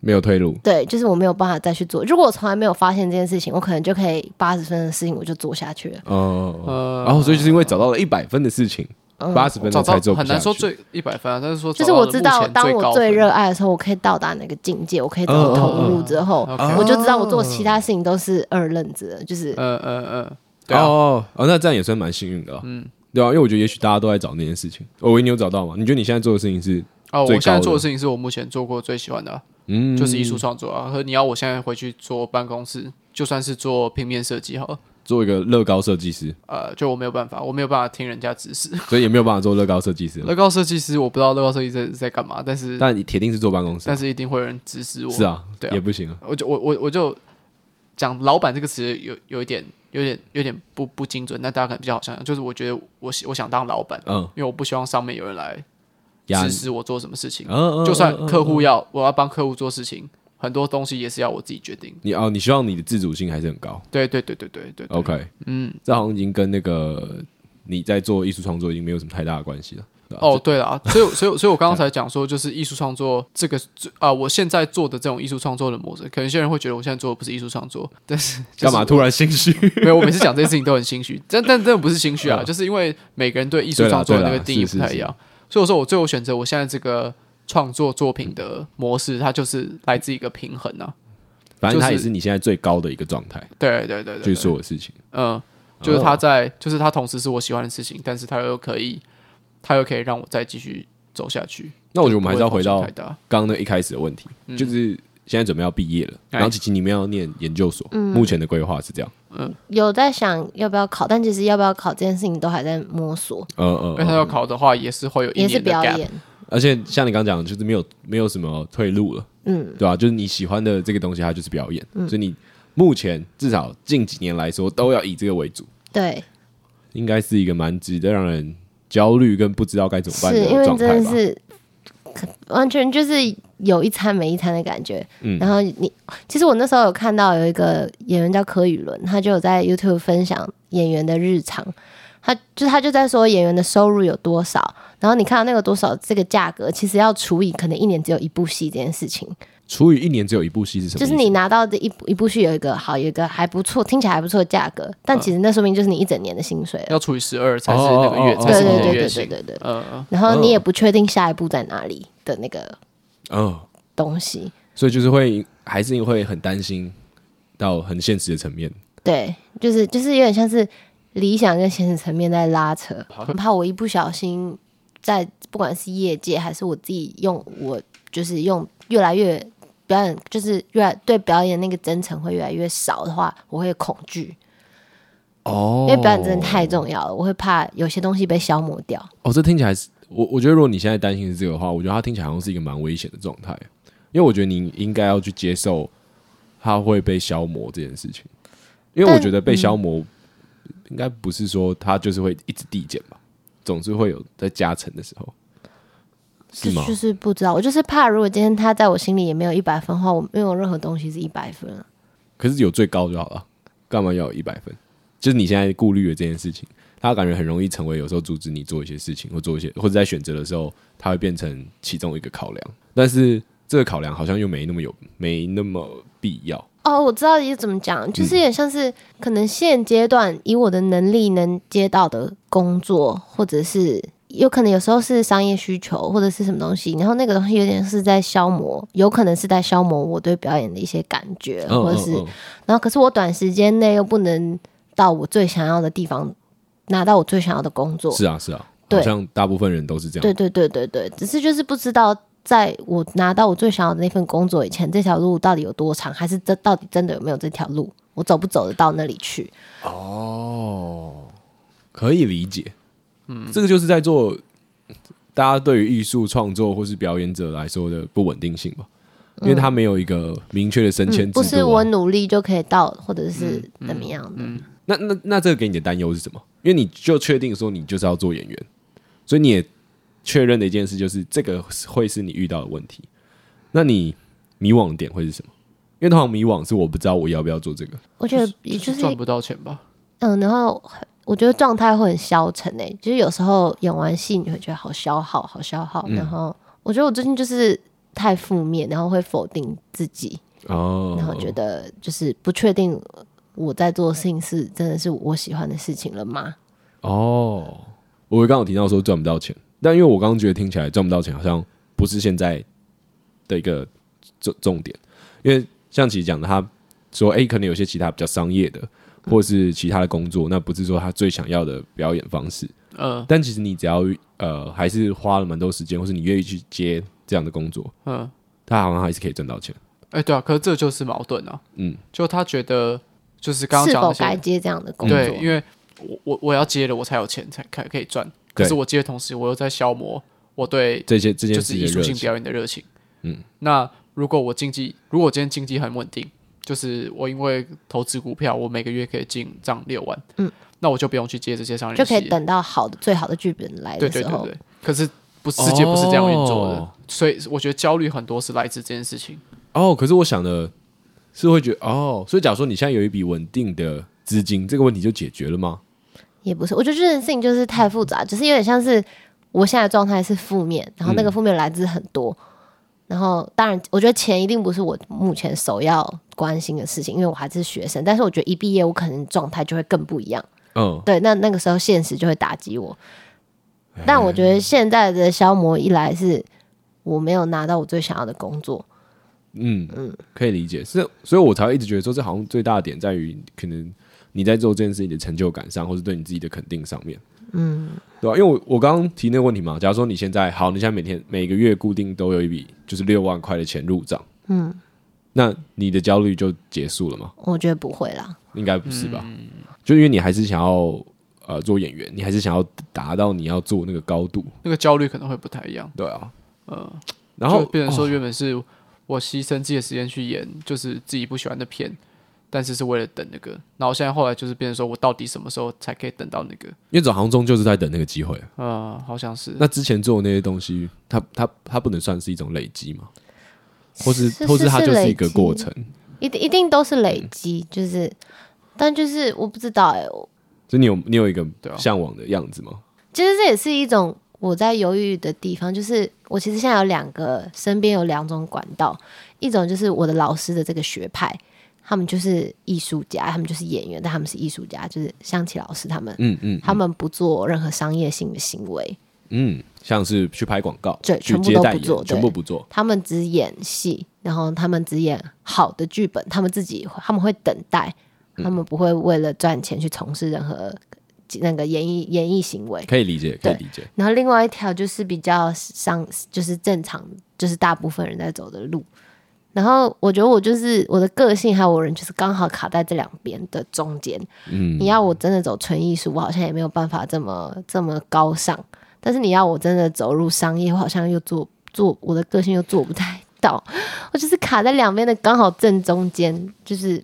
没有退路，
对，就是我没有办法再去做。如果我从来没有发现这件事情，我可能就可以八十分的事情我就做下去了。
哦，然后所以就是因为找到了一百分的事情，八十分
嗯找
的才
到
做不
很难
下
说
去
最一百分啊，但是说
就是我知道，
找到了
当
目前
我
高
最
分嗯
热爱的时候，我可以到达那个境界，我可以怎么投入之后，
OK
我就知道我
哦
做其他事情都是二愣子了，就是
呃呃呃，对啊，
哦哦，那这样也算蛮幸运的、嗯，对啊，因为我觉得也许大家都在找那件事情。我、哦、喂，你有找到吗？你觉得你现在做的事情是
哦，我
最
现在
高
做的
的
事情是我目前做过最喜欢的啊、
嗯，
就是艺术创作啊。和你要我现在回去做办公室，就算是做平面设计好了，
做一个乐高设计师，
呃，就我没有办法，我没有办法听人家指示。
所以也没有办法做乐高设计师，
乐高设计师我不知道乐高设计师在在干嘛，但是
但你铁定是做办公室
但，是一定会有人指使我。
是，啊，
对啊
也不行啊。
我就我我我就讲老板这个词有有一点有点有点不不精准，但大家可能比较好想象，就是我觉得我喜我想当老板，
嗯，
因为我不希望上面有人来
压
指使我做什么事情。
嗯嗯，嗯
就算
嗯
客户要我要帮客户做事情，很多东西也是要我自己决定。
你哦，你希望你的自主性还是很高。
对对对对对对。对
OK，嗯，这好像已经跟那个你在做艺术创作已经没有什么太大的关系了。对吧，
哦，对了啊，所以所以所以 我刚刚才讲说，就是艺术创作这个啊、我现在做的这种艺术创作的模式，可能有些人会觉得我现在做的不是艺术创作，但是
这干嘛？突然心虚？
没有，我每次讲这些事情都很心虚， 但但真的不是心虚
嗯
啊，就是因为每个人对艺术创作的那个定义不太一样，所以我说我最后选择我现在这个创作作品的模式，它就是来自一个平衡啊，
反正它
就
也
是
是你现在最高的一个状态
对对对对
去
对，
做的事情。
嗯，就是它
哦
在，就是它同时是我喜欢的事情，但是它又可以，它又可以让我再继续走下去。
那我觉得我们还是要回
不
到哦
会风险太大
刚刚那一开始的问题，就是现在准备要毕业了，
哎
然后琪琪你们要念研究所，
嗯
目前的规划是这样，
有在想要不要考，但其实要不要考这件事情都还在摸索，
呃
因
呃
为他
呃，
要考的话，也是会有一
也是
年的
表
gap。
演。
而且像你刚刚讲的，就是没有没有什么退路了，嗯，对吧、就是你喜欢的这个东西，它就是表演，
嗯
所以你目前至少近几年来说，都要以这个为主，
对，
应该是一个蛮值得让人焦虑跟不知道该怎么办
是
的
因为
状
真
态
的
吧。
是完全就是有一餐没一餐的感觉。
嗯
然后你其实我那时候有看到有一个演员叫柯宇伦，他就有在 YouTube 分享演员的日常。他就他就在说演员的收入有多少，然后你看到那个多少这个价格，其实要除以可能一年只有一部戏这件事情，
除以一年只有一部戏是什么意
就
思？
是你拿到的一部一部戏有一个好有一个还不错，听起来还不错的价格，
嗯
但其实那说明就是你一整年的薪水了。
要除以十二才是那个月，
哦哦哦
才
对
是
对
你
对
的
对
月
对
薪。
对对，
呃，
然后你也不确定下一步在哪里的那个
哦，
东西，
所以就是会还是会很担心到很现实的层面。
对，就是就是有点像是理想跟现实层面在拉扯，很怕我一不小心在不管是业界还是我自己用我就是用越来越表演，就是越来对表演那个真诚会越来越少的话，我会有恐惧，
哦
因为表演真的太重要了，我会怕有些东西被消磨掉。
哦，这听起来是我，我觉得如果你现在担心是这个的话，我觉得它听起来好像是一个蛮危险的状态，因为我觉得你应该要去接受它会被消磨这件事情，因为我
但
觉得被消磨应该不是说它就是会一直递减吧，总是会有在加成的时候，是吗
就？就是不知道，我就是怕，如果今天他在我心里也没有一百分的话，我没有任何东西是一百分啊。
可是有最高就好了，干嘛要有一百分？就是你现在顾虑的这件事情，他感觉很容易成为有时候阻止你做一些事情，或做一些，或者在选择的时候，它会变成其中一个考量。但是这个考量好像又没那么有，没那么必要。
哦，我知道也怎么讲，就是有点像是可能现阶段以我的能力能接到的工作，或者是有可能有时候是商业需求或者是什么东西，然后那个东西有点是在消磨，有可能是在消磨我对表演的一些感觉，
嗯
呃或者
嗯
是
嗯
然后可是我短时间内又不能到我最想要的地方，拿到我最想要的工作。
是啊是啊，
对
好像大部分人都是这样。
对对对对对，只是就是不知道，在我拿到我最想要的那份工作以前，这条路到底有多长，还是这到底真的有没有这条路，我走不走得到那里去？
可以理解。嗯，这个就是在做大家对于艺术创作或是表演者来说的不稳定性吧，因为他没有一个明确的升迁制
嗯，不
度啊、
是我努力就可以到，或者是怎么样的？
那那那这个给你的担忧是什么？因为你就确定说你就是要做演员，所以你也确认的一件事就是这个会是你遇到的问题。那你迷惘的点会是什么？因为通常迷惘是我不知道我要不要做这个。
我觉得也就是
赚不到钱吧？
嗯，然后我觉得状态会很消沉诶、就是有时候演完戏你会觉得好消耗，好消耗。然后我觉得我最近就是太负面，然后会否定自己，
哦
然后
嗯
觉得就是不确定我在做的事情是真的是我喜欢的事情了吗？
哦，我刚刚有提到说赚不到钱，但因为我刚刚觉得听起来赚不到钱好像不是现在的一个重重点，因为像其实讲的，他说诶，可能有些其他比较商业的，
嗯
或是其他的工作，那不是说他最想要的表演方式，
嗯
但其实你只要呃还是花了蛮多时间，或是你愿意去接这样的工作，
嗯，
他好像还是可以赚到钱。
哎、对啊，可是这就是矛盾啊。
嗯，
就他觉得就是刚刚
是
讲
否
那些
该接这样的工作？
对，因为我我我要接了，我才有钱才可可以赚。可
对
是我接的同时，我又在消磨我对
这些这件
就
事
是
情
艺
的
术
热
性
情，
表演的热情。
嗯，
那如果我经济，如果我今天经济很稳定，就是我因为投资股票，我每个月可以进账六万，嗯，那我就不用去接这些商业
就可以
戏
等到好的最好的剧本来
对
的
对
时
对
候，
对，可是不，世界不是这样运作的，
哦
所以我觉得焦虑很多是来自这件事情。
哦，可是我想的是会觉得哦，所以假如说你现在有一笔稳定的资金，这个问题就解决了吗？
也不是。我觉得这件事情就是太复杂，只是有点像是我现在的状态是负面，然后
嗯
那个负面来自很多。然后，当然，我觉得钱一定不是我目前首要关心的事情，因为我还是学生。但是，我觉得一毕业，我可能状态就会更不一样。
嗯，
对，那那个时候现实就会打击我。但我觉得现在的消磨，一来是我没有拿到我最想要的工作，
嗯，可以理解，是，所以我才会一直觉得说，这好像最大的点在于，可能你在做这件事情的成就感上，或是对你自己的肯定上面，嗯，对吧、因为我我刚刚提那个问题嘛，假如说你现在好，你现在每天每个月固定都有一笔就是六万块的钱入账，嗯，那你的焦虑就结束了吗？
我觉得不会啦。
应该不是吧？
嗯
就因为你还是想要呃做演员，你还是想要达到你要做那个高度，
那个焦虑可能会不太一样，
对啊，
呃，
然后哦
就变成说原本是我牺牲自己的时间去演，就是自己不喜欢的片，但是是为了等那个。然后现在后来就是变成说我到底什么时候才可以等到那个？
因为走航中就是在等那个机会，啊
呃，好像是。
那之前做的那些东西，它它它不能算是一种累积吗？或是
是
或是它
是
就是一
累
个
积
过程，
一定一定都是累
嗯
积，就是，但就是我不知道哎、我
就你有你有一个
对啊
向往的样子吗？
其实这也是一种我在犹豫的地方，就是我其实现在有两个身边有两种管道，一种就是我的老师的这个学派，他们就是艺术家，他们就是演员，但他们是艺术家，就是香琪老师他们，
嗯嗯
他们不做任何商业性的行为，
嗯，像是去拍广告，
对
去
全部
接
都
代
不做
言，
对
全部不做，
他们只演戏，然后他们只演好的剧本，他们自己他们会等待，他们不会为了赚钱去从事任何那个演艺演艺行为。
可以理解，可
对
以理解。
然后另外一条就是比较上，就是正常，就是大部分人在走的路。然后我觉得我就是我的个性还有我人就是刚好卡在这两边的中间。
嗯
你要我真的走纯艺术，我好像也没有办法这么这么高尚。但是你要我真的走入商业，我好像又做做我的个性又做不太到。我就是卡在两边的刚好正中间，就是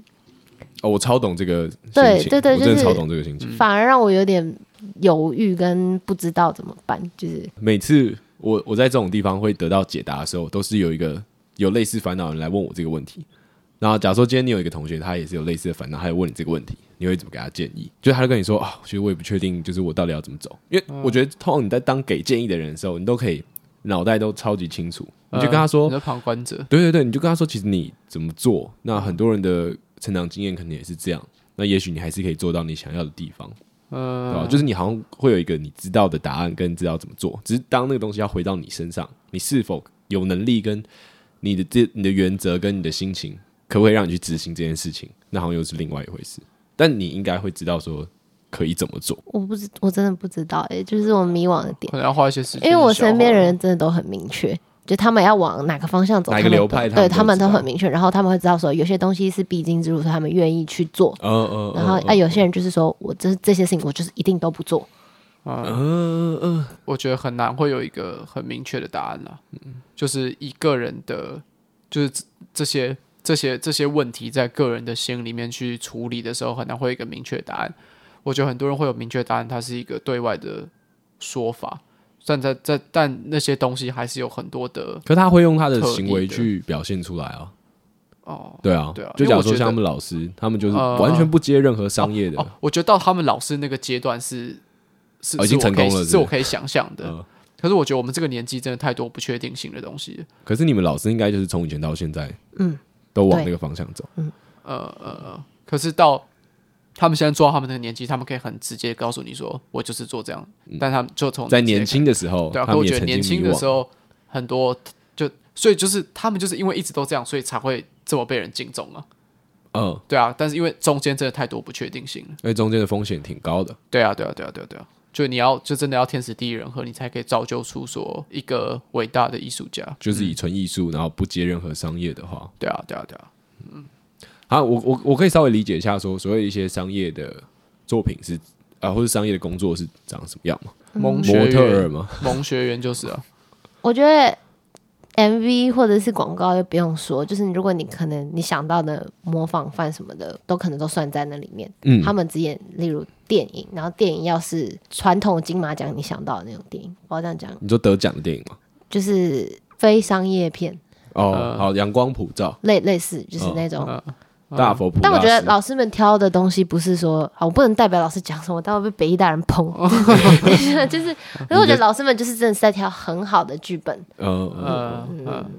哦，我超懂这个心情，
对对对
我真
就
的
是
超懂这个心情。
反而让我有点犹豫跟不知道怎么办，就是
每次我我在这种地方会得到解答的时候，都是有一个有类似烦恼的人来问我这个问题。那假如说今天你有一个同学，他也是有类似的烦恼，他也问你这个问题，你会怎么给他建议？就他就跟你说啊，其实我也不确定，就是我到底要怎么走。因为我觉得通常你在当给建议的人的时候，你都可以脑袋都超级清楚，你就跟他说
呃你，的旁观者，
对对对，你就跟他说，其实你怎么做，那很多人的成长经验可能也是这样。那也许你还是可以做到你想要的地方，对吧？就是你好像会有一个你知道的答案，跟知道怎么做。只是当那个东西要回到你身上，你是否有能力跟你的这你的原则跟你的心情，可不可以让你去执行这件事情？那好像又是另外一回事。但你应该会知道说可以怎么做。
我不知，我真的不知道、欸，哎，就是我迷惘的点，
可能要花一些时间去
因
消化。
为我身边人真的都很明确。就他们要往哪个方向走，
哪个
他们
流派
都
他们
对
都
他们
知道
都很明确，然后他们会知道说有些东西是必经之路，所以他们愿意去做。
呃呃，
然后啊，有些人就是说我这这些事情我就是一定都不做，
嗯嗯，
我觉得很难会有一个很明确的答案啦。就是一个人的，就是这这些这些这些问题，在个人的心里面去处理的时候，很难会有一个明确的答案。我觉得很多人会有明确的答案，它是一个对外的说法，但在在但那些东西还是有很多的
可他会用他的
特
行
意
为
的
去表现出来啊。
哦。
对啊，
对啊
就
因为
假如
我
说
觉
像
得
他们老师，他们就是
呃
完全不接任何商业的，
哦，我觉得到他们老师那个阶段是是、
哦已经成功了
是我
是不
可以
是
是我可以想象的。
嗯
可是我觉得我们这个年纪真的太多不确定性的东西了。
可是你们老师应该就是从以前到现在，
嗯，
都往
对
那个方向走。
可是到他们现在做到他们那个年纪，他们可以很直接告诉你说，我就是做这样。但他们就从
嗯在
直接
年轻的时候，
对啊，
他们
可我
也
觉
曾
得
经
年轻
迷
的
惘
时候很多就所以就是他们就是因为一直都这样，所以才会这么被人敬重啊。
嗯，
对啊，但是因为中间真的太多不确定性了。
因为中间的风险挺高的。
对啊，对啊，对啊，对啊，对啊，就你要就真的要天时地利人和，你才可以造就出说一个伟大的艺术家。
就是以纯艺术，然后不接任何商业的话，
对啊，对啊，对啊，
啊，我我我可以稍微理解一下说，所谓一些商业的作品是啊，或者商业的工作是长什么样嘛？
萌学
模特儿
园，
嘛，
萌学园就是啊，
我觉得 MV 或者是广告就不用说，就是你如果你可能你想到的模仿犯什么的，都可能都算在那里面。
嗯
他们只演例如电影，然后电影要是传统金马奖你想到的那种电影，我要这样讲，
你说得奖的电影嘛？
就是非商业片，
哦，
呃
好，阳光普照，
类类似就是
哦
那种。
大佛普拉斯，
但我觉得老师们挑的东西不是说啊，我不能代表老师讲什么，但会被北医大人 捧，就是。可是我觉得老师们就是真的是在挑很好的剧本，
嗯，嗯
嗯嗯，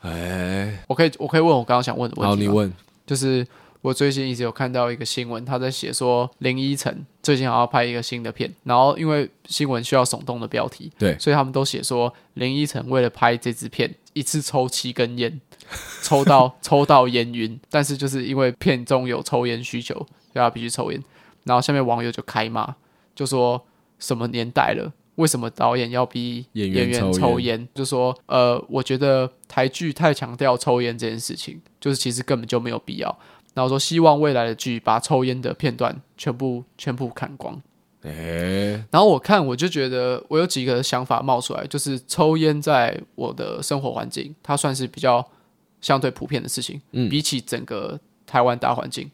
哎，
我可以我可以问我刚刚想问的问
好，
题吗，
你问，
就是我最近一直有看到一个新闻，他在写说林依晨最近好要拍一个新的片，然后因为新闻需要耸动的标题，
对
所以他们都写说林依晨为了拍这支片，一次抽七根烟，抽到 抽到烟晕，但是就是因为片中有抽烟需求，所以他必须抽烟。然后下面网友就开骂，就说什么年代了，为什么导演要逼
演
演
员抽
员
烟
抽烟？就说呃，我觉得台剧太强调抽烟这件事情，就是其实根本就没有必要。然后说希望未来的剧把抽烟的片段全部全部砍光。
哎，
然后我看我就觉得我有几个想法冒出来，就是抽烟在我的生活环境，它算是比较相对普遍的事情，
嗯
比起整个台湾大环境。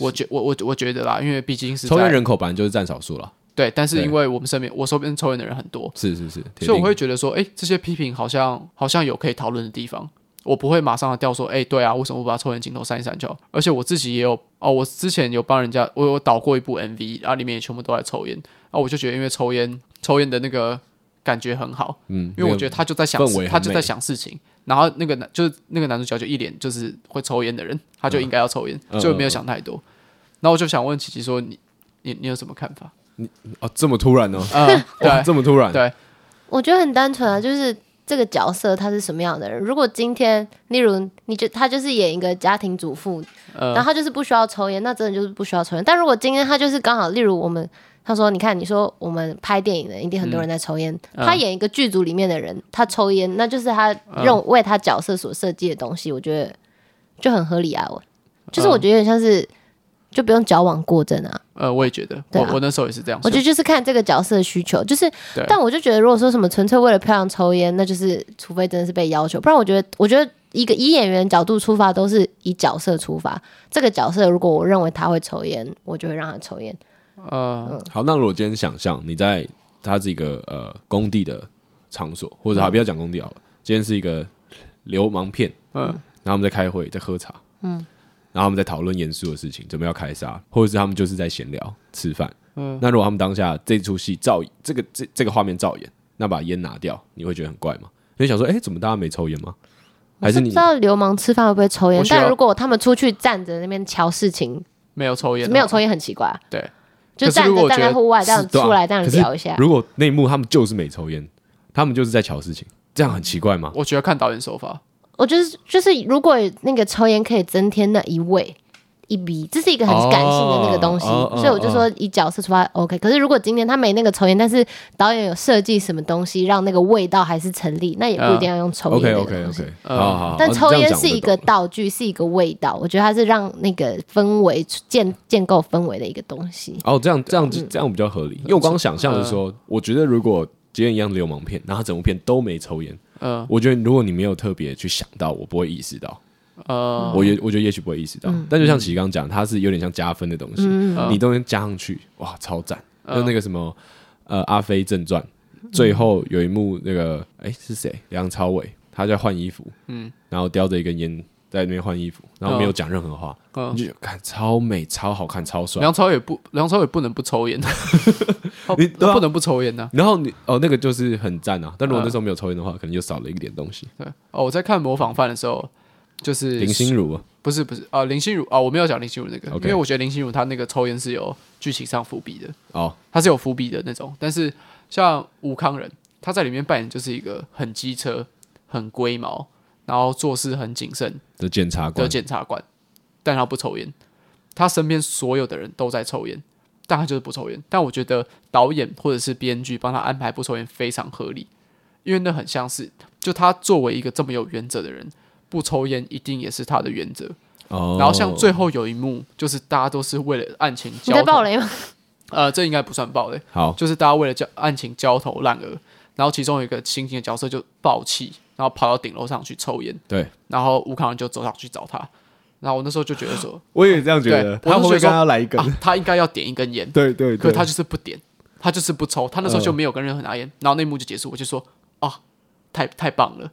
我觉我我我觉得啦，因为毕竟是
抽
在
烟人口本来就是占少数了，
对，但是
对
因为我们身边我周边抽烟的人很多，
是是是，铁
所以我
定
会觉得说，哎、这些批评好像好像有可以讨论的地方，我不会马上掉说，哎、对啊，为什么不把抽烟镜头删一删就好？而且我自己也有哦，我之前有帮人家，我有导过一部 MV，然后里面也全部都在抽烟，然后我就觉得因为抽烟抽烟的那个感觉很好，
嗯，
因为我
那个
觉得他就在想
氛
事，
围很
他就
美
在想事情。然后那个男就是那个男主角就一脸就是会抽烟的人，他就应该要抽烟，
嗯
所以没有想太多。然后我就想问琪琪说，你你你有什么看法？
哦，这么突然哦，
啊、
哇，
对
这么突然，
对，
我觉得很单纯啊，就是这个角色他是什么样的人。如果今天，例如你就他就是演一个家庭主妇，
呃
然后他就是不需要抽烟，那真的就是不需要抽烟。但如果今天他就是刚好，例如我们。他说：“你看，你说我们拍电影的一定很多人在抽烟。他演一个剧组里面的人，他抽烟，那就是他认为他角色所设计的东西，我觉得就很合理啊。我就是我觉得有点像是就不用矫枉过正啊。
呃，我也觉得，
对
我
啊
我那时候也是这样
我
想
觉。得就是看这个角色的需求，就是
对，
但我就觉得，如果说什么纯粹为了漂亮抽烟，那就是除非真的是被要求，不然我觉得，我觉得一个以演员角度出发，都是以角色出发。这个角色如果我认为他会抽烟，我就会让他抽烟。
呃，
好，那如果今天想象你在它是一个呃工地的场所，或者好，不要讲工地好了，今天是一个流氓片，
嗯，
然后我们在开会，在喝茶，嗯，然后我们在讨论严肃的事情，准备要开杀，或者是他们就是在闲聊、吃饭，嗯，那如果他们当下这出戏照这个这这个画面照演，那把烟拿掉，你会觉得很怪吗？你会想说，哎、怎么大家没抽烟吗？还是
不
你
知道流氓吃饭会不会抽烟
我，需要
但如果他们出去站着那边瞧事情，
没有抽烟的话，
没有抽烟很奇怪啊。
对，
就
可是
站
如
着
果我
站
觉
在
得
户外这样
是对啊
出来这样
可是
聊一下，
如果那一幕他们就是没抽烟，他们就是在瞧事情，这样很奇怪吗？
我觉得看导演手法，
我就是就是，如果那个抽烟可以增添那一味一鼻，这是一个很感性的那个东西，
哦哦哦
所以我就说以角色出发 OK。可是如果今天他没那个抽烟，但是导演有设计什么东西让那个味道还是成立，那也不一定要用嗯抽
OK
烟、
OK OK，好
呃
好好，
但
啊哦
抽烟是
你
一
这样讲我就
个
懂了
道具，是一个味道，我觉得它是让那个氛围建建构氛围的一个东西。
哦，这样这样
嗯
这样比较合理，因为我刚刚想象是说，我觉得如果今天一样流氓片，然后整部片都没抽烟，
呃
我觉得如果你没有特别去想到，我不会意识到，
呃，
我也我觉得也许不会意识到。
嗯
但就像奇刚讲，它是有点像加分的东西，你都能加上去，哇，超赞！
嗯
就那个什么呃，《阿飞正传》最后有一幕，那个哎是谁？梁朝伟他在换衣服，嗯，然后叼着一根烟在那边换衣服，然后没有讲任何话，
嗯
你就看超美、超好看、超帅。
梁朝伟不，梁朝伟不能不抽烟，他
你对啊
他不能不抽烟呐。
然后你哦，那个就是很赞啊！但如果那时候没有抽烟的话，可能就少了一点东西。
对，哦，我在看《模仿犯》的时候，就是
林心如啊，
不是不是啊、林心如啊、我没有讲林心如那个
OK
因为我觉得林心如她那个抽烟是有剧情上伏笔的，
哦，
她是有伏笔的那种。但是像吴康仁，他在里面扮演就是一个很机车、很龟毛，然后做事很谨慎
的检察官
的检察官，但他不抽烟，他身边所有的人都在抽烟，但他就是不抽烟。但我觉得导演或者是编剧帮他安排不抽烟非常合理，因为那很像是就他作为一个这么有原则的人，不抽烟一定也是他的原则。
哦，
然后像最后有一幕，就是大家都是为了案情
你
焦
在
头
爆，雷吗？
呃，这应该不算暴雷，
好
就是大家为了交案情焦头烂额，然后其中有一个新进的角色就暴气，然后跑到顶楼上去抽烟，
对，
然后吴康仁就走上去找他，然后我那时候就觉得说
我也这样觉
得对我就他会不会觉得说跟他来一啊，他应该要点一根烟，
对对
可他就是不点，他就是不抽，他那时候就没有跟任何人拿烟，然后那一幕就结束，我就说啊，太太棒了，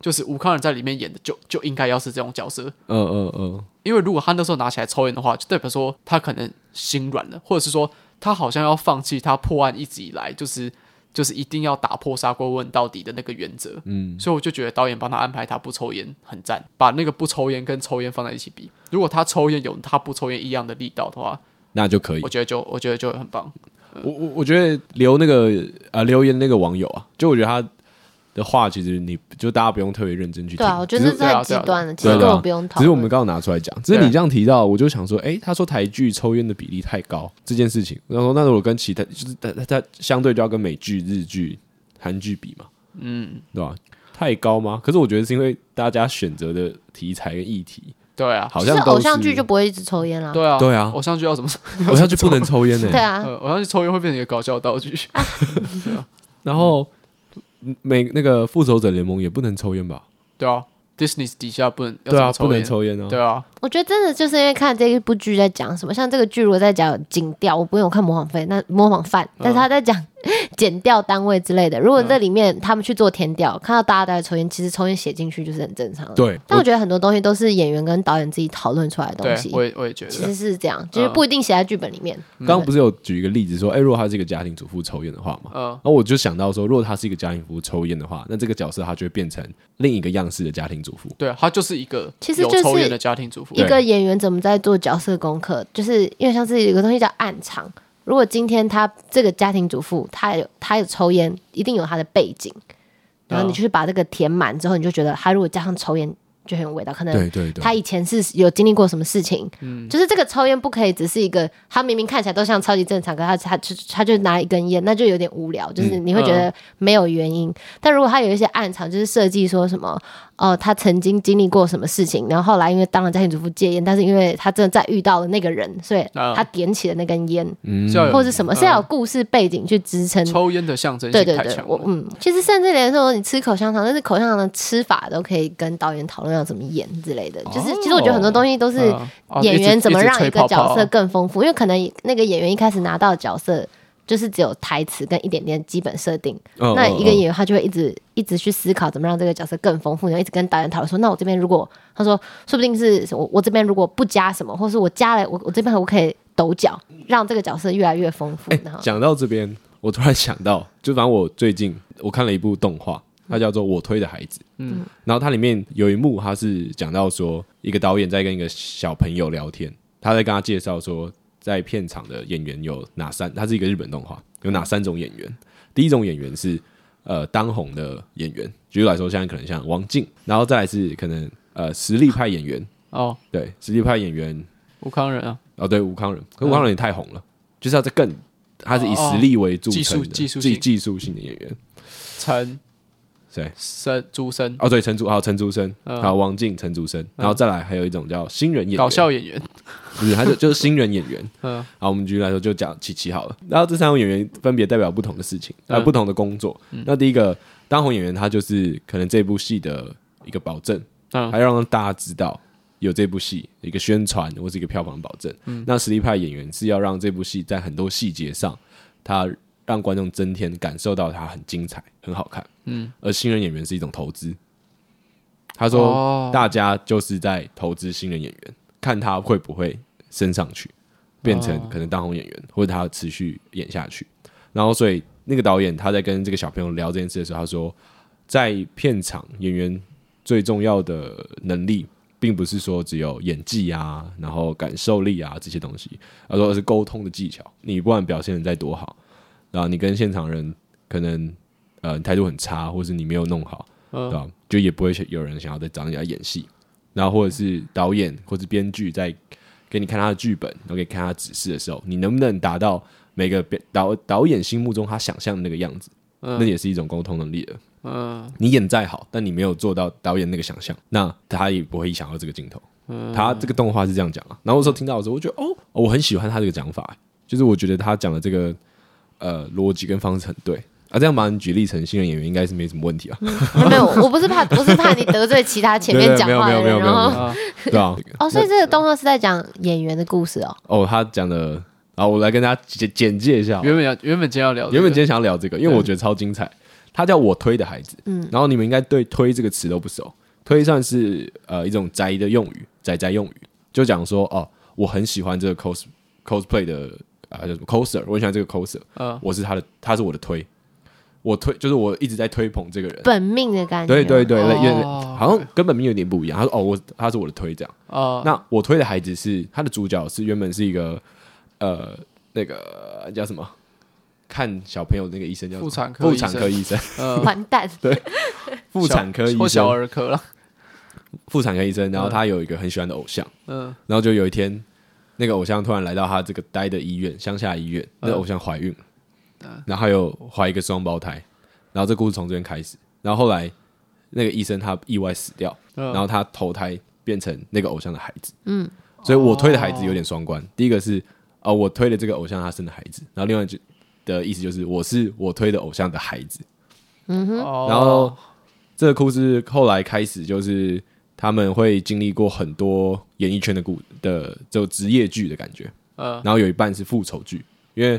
就是吴康仁在里面演的就就应该要是这种角色，
嗯嗯嗯，
因为如果他那时候拿起来抽烟的话，就代表说他可能心软了，或者是说他好像要放弃他破案一直以来就是就是一定要打破砂锅问到底的那个原则。嗯，所以我就觉得导演帮他安排他不抽烟很赞，把那个不抽烟跟抽烟放在一起比，如果他抽烟有他不抽烟一样的力道的话，
那就可以
我。觉得就我觉得就很棒。
我我我觉得留那个啊、呃留言那个网友啊，就我觉得他的话，其实你就大家不用特别认真去听。
对啊，我觉
只
得这
是
对啊
太极
对啊
端了，其实
对啊
根本不用讨
只是我们
论。
刚好拿出来讲，只是你这样提到，我就想说，诶，他说台剧抽烟的比例太高这件事情，然后那如果跟其他就是他他他相对就要跟美剧、日剧、韩剧比嘛，嗯，对吧？太高吗？可是我觉得是因为大家选择的题材跟议题，
对啊，
好
就
像
是
都
偶像剧就不会一直抽烟啦。
对啊，
对啊
偶像剧要怎么？
偶像剧不能抽烟欸 呢、
对啊，
呃，偶像剧抽烟会变成一个搞笑道具。
然后嗯美那个复仇者联盟也不能抽烟吧？
对啊，Disney 底下不能
对啊，
要怎么
不能
烟。
抽烟啊。
对啊，
我觉得真的就是因为看这一部剧在讲什么，像这个剧如果在讲剪掉，我不用看模仿费，那模仿犯，
嗯
但是他在讲 剪掉单位之类的。如果这里面他们去做填调，看到大家都在抽烟，其实抽烟写进去就是很正常的。。
对，
但我觉得很多东西都是演员跟导演自己讨论出来的
对啊
东西，
我也我也觉得嗯
其。实是这样，就是不一定写在剧本里面。
刚刚不是有举一个例子说，哎、如果他是一个家庭主妇抽烟的话嘛，
嗯
然后我就想到说，如果他是一个家庭主妇抽烟的话，那这个角色他就会变成另一个样式的家庭主妇。
对，她就是一个
其实
有
就是
抽烟的家庭主妇。
一个演员怎么在做角色功课，就是因为像是有个东西叫暗场。如果今天他这个家庭主妇，她有她有抽烟，一定有她的背景，然后你去把这个填满之后，你就觉得她如果加上抽烟就很有味道，可能
对对对，
她以前是有经历过什么事情，就是这个抽烟不可以只是一个，她明明看起来都像超级正常，可她她就她就拿一根烟，那就有点无聊，就是你会觉得没有原因。但如果她有一些暗藏，就是设计说什么哦，她曾经经历过什么事情，然后后来因为当了家庭主妇戒烟，但是因为她真的再遇到了那个人，所以
嗯
她点起了那根烟，
是要有
或者什么是要有故事背景去支撑。
抽烟的象征
对
性
对
太
对
强，
我
了。
嗯，其实甚至连说你吃口香糖，但是口香糖的吃法都可以跟导演讨论要怎么演之类的。就是其实我觉得很多东西都是
嗯啊
演
一直
员怎么
一直
让
吹
一
泡哦啊
个
泡
角色更丰富，因为可能那个演员一开始拿到的角色，就是只有台词跟一点点基本设定。
哦
那
哦
一个
哦
演员他就会一直一直去思考怎么让这个角色更丰富，然后一直跟导演讨论说，那我这边如果他说，说不定是我我这边如果不加什么，或是我加了我我这边我可以抖脚，让这个角色越来越丰
哎
富。然后
讲到这边，我突然想到， 就反正我最近我看了一部动画，它叫做《我推的孩子》。嗯，然后它里面有一幕，它是讲到说，一个导演在跟一个小朋友聊天，他在跟他介绍说，在片场的演员有哪三，它是一个日本动画，有哪三种演员。第一种演员是呃当红的演员，举例来说，现在可能像王静，然后再来是可能呃实力派演员，
哦，
对，实力派演员
吴康仁啊，
哦，对，吴康仁，可吴康仁
嗯
也太红了，就是要再更，他是以实力为著称的
哦技术技术
技
性
技术性的演员，
陈
谁？
生朱生，
哦，对，陈竹，还有陈竹生，
嗯
还有王静、陈竹生，然后再来还有一种叫新人演员，
搞笑演员，
不是，他就就是新人演员。
嗯，
好，我们举例来说，就讲琪琪好了。然后这三种演员分别代表不同的事情，呃，
嗯
不同的工作。那第一个当红演员，他就是可能这部戏的一个保证，
嗯
还要让大家知道有这部戏一个宣传或是一个票房保证。
嗯
那实力派演员是要让这部戏在很多细节上，他让观众增添感受到它很精彩、很好看。嗯，而新人演员是一种投资。他说
哦，
大家就是在投资新人演员，看他会不会升上去，变成可能当红演员，或者他持续演下去。然后，所以那个导演他在跟这个小朋友聊这件事的时候，他说，在片场演员最重要的能力，并不是说只有演技啊，然后感受力啊这些东西，他说而是沟通的技巧。你不管表现的再多好，然后你跟现场人可能呃你态度很差，或是你没有弄好，
嗯
对吧？啊就也不会有人想要再找你来演戏。然后或者是导演或是编剧在给你看他的剧本，然后给你看他指示的时候，你能不能达到每个编导导演心目中他想象的那个样子？
嗯
那也是一种沟通能力了。
嗯
你演再好，但你没有做到导演那个想象，那他也不会想要这个镜头。
嗯
他这个动画是这样讲啊。然后我说听到的时候，我觉得哦，我很喜欢他这个讲法，欸就是我觉得他讲的这个呃逻辑跟方式很对啊。这样把你举例成新人演员，应该是没什么问题啊，
没有，我不是怕，我是怕你得罪其他前面讲话的人，
没有没有没有没
然
有
后
没有
啊，
对啊。
哦，所以这个动画是在讲演员的故事哦。
哦，他讲的啊，我来跟大家简简介一下好了。
原本要原本今天要聊这个，
原本今天想要聊这个，因为我觉得超精彩。他叫我推的孩子，嗯，然后你们应该对“推”这个词都不熟，“推”算是呃一种宅的用语，宅宅用语，就讲说哦，我很喜欢这个 cos cosplay 的啊、叫什么 coser，我很喜欢这个 coser，
嗯
我是他的，他是我的推，我推就是我一直在推捧这个人，
本命的感觉，
对对对，
哦
类有点好像根本名有点不一样。他说哦，我他是我的推这样。
啊，
那我推的孩子是他的主角是原本是一个呃那个叫什么看小朋友那个医生叫什么
妇产科
妇
医生
产科医生
呃
完蛋，
妇产科
或
医生
小儿科了，
妇产科医生，然后他有一个很喜欢的偶像，
嗯
然后就有一天那个偶像突然来到他这个待的医院乡下医院，那个偶像怀孕了，然后还有怀一个双胞胎，然后这故事从这边开始，然后后来那个医生他意外死掉，
嗯
然后他投胎变成那个偶像的孩子。嗯，所以我推的孩子有点双关，第一个是啊、呃我推了这个偶像他生的孩子，然后另外就的意思就是我是我推的偶像的孩子。
嗯
哦
然后这个故事后来开始就是他们会经历过很多演艺圈的故的就职业剧的感觉，
呃
然后有一半是复仇剧，因为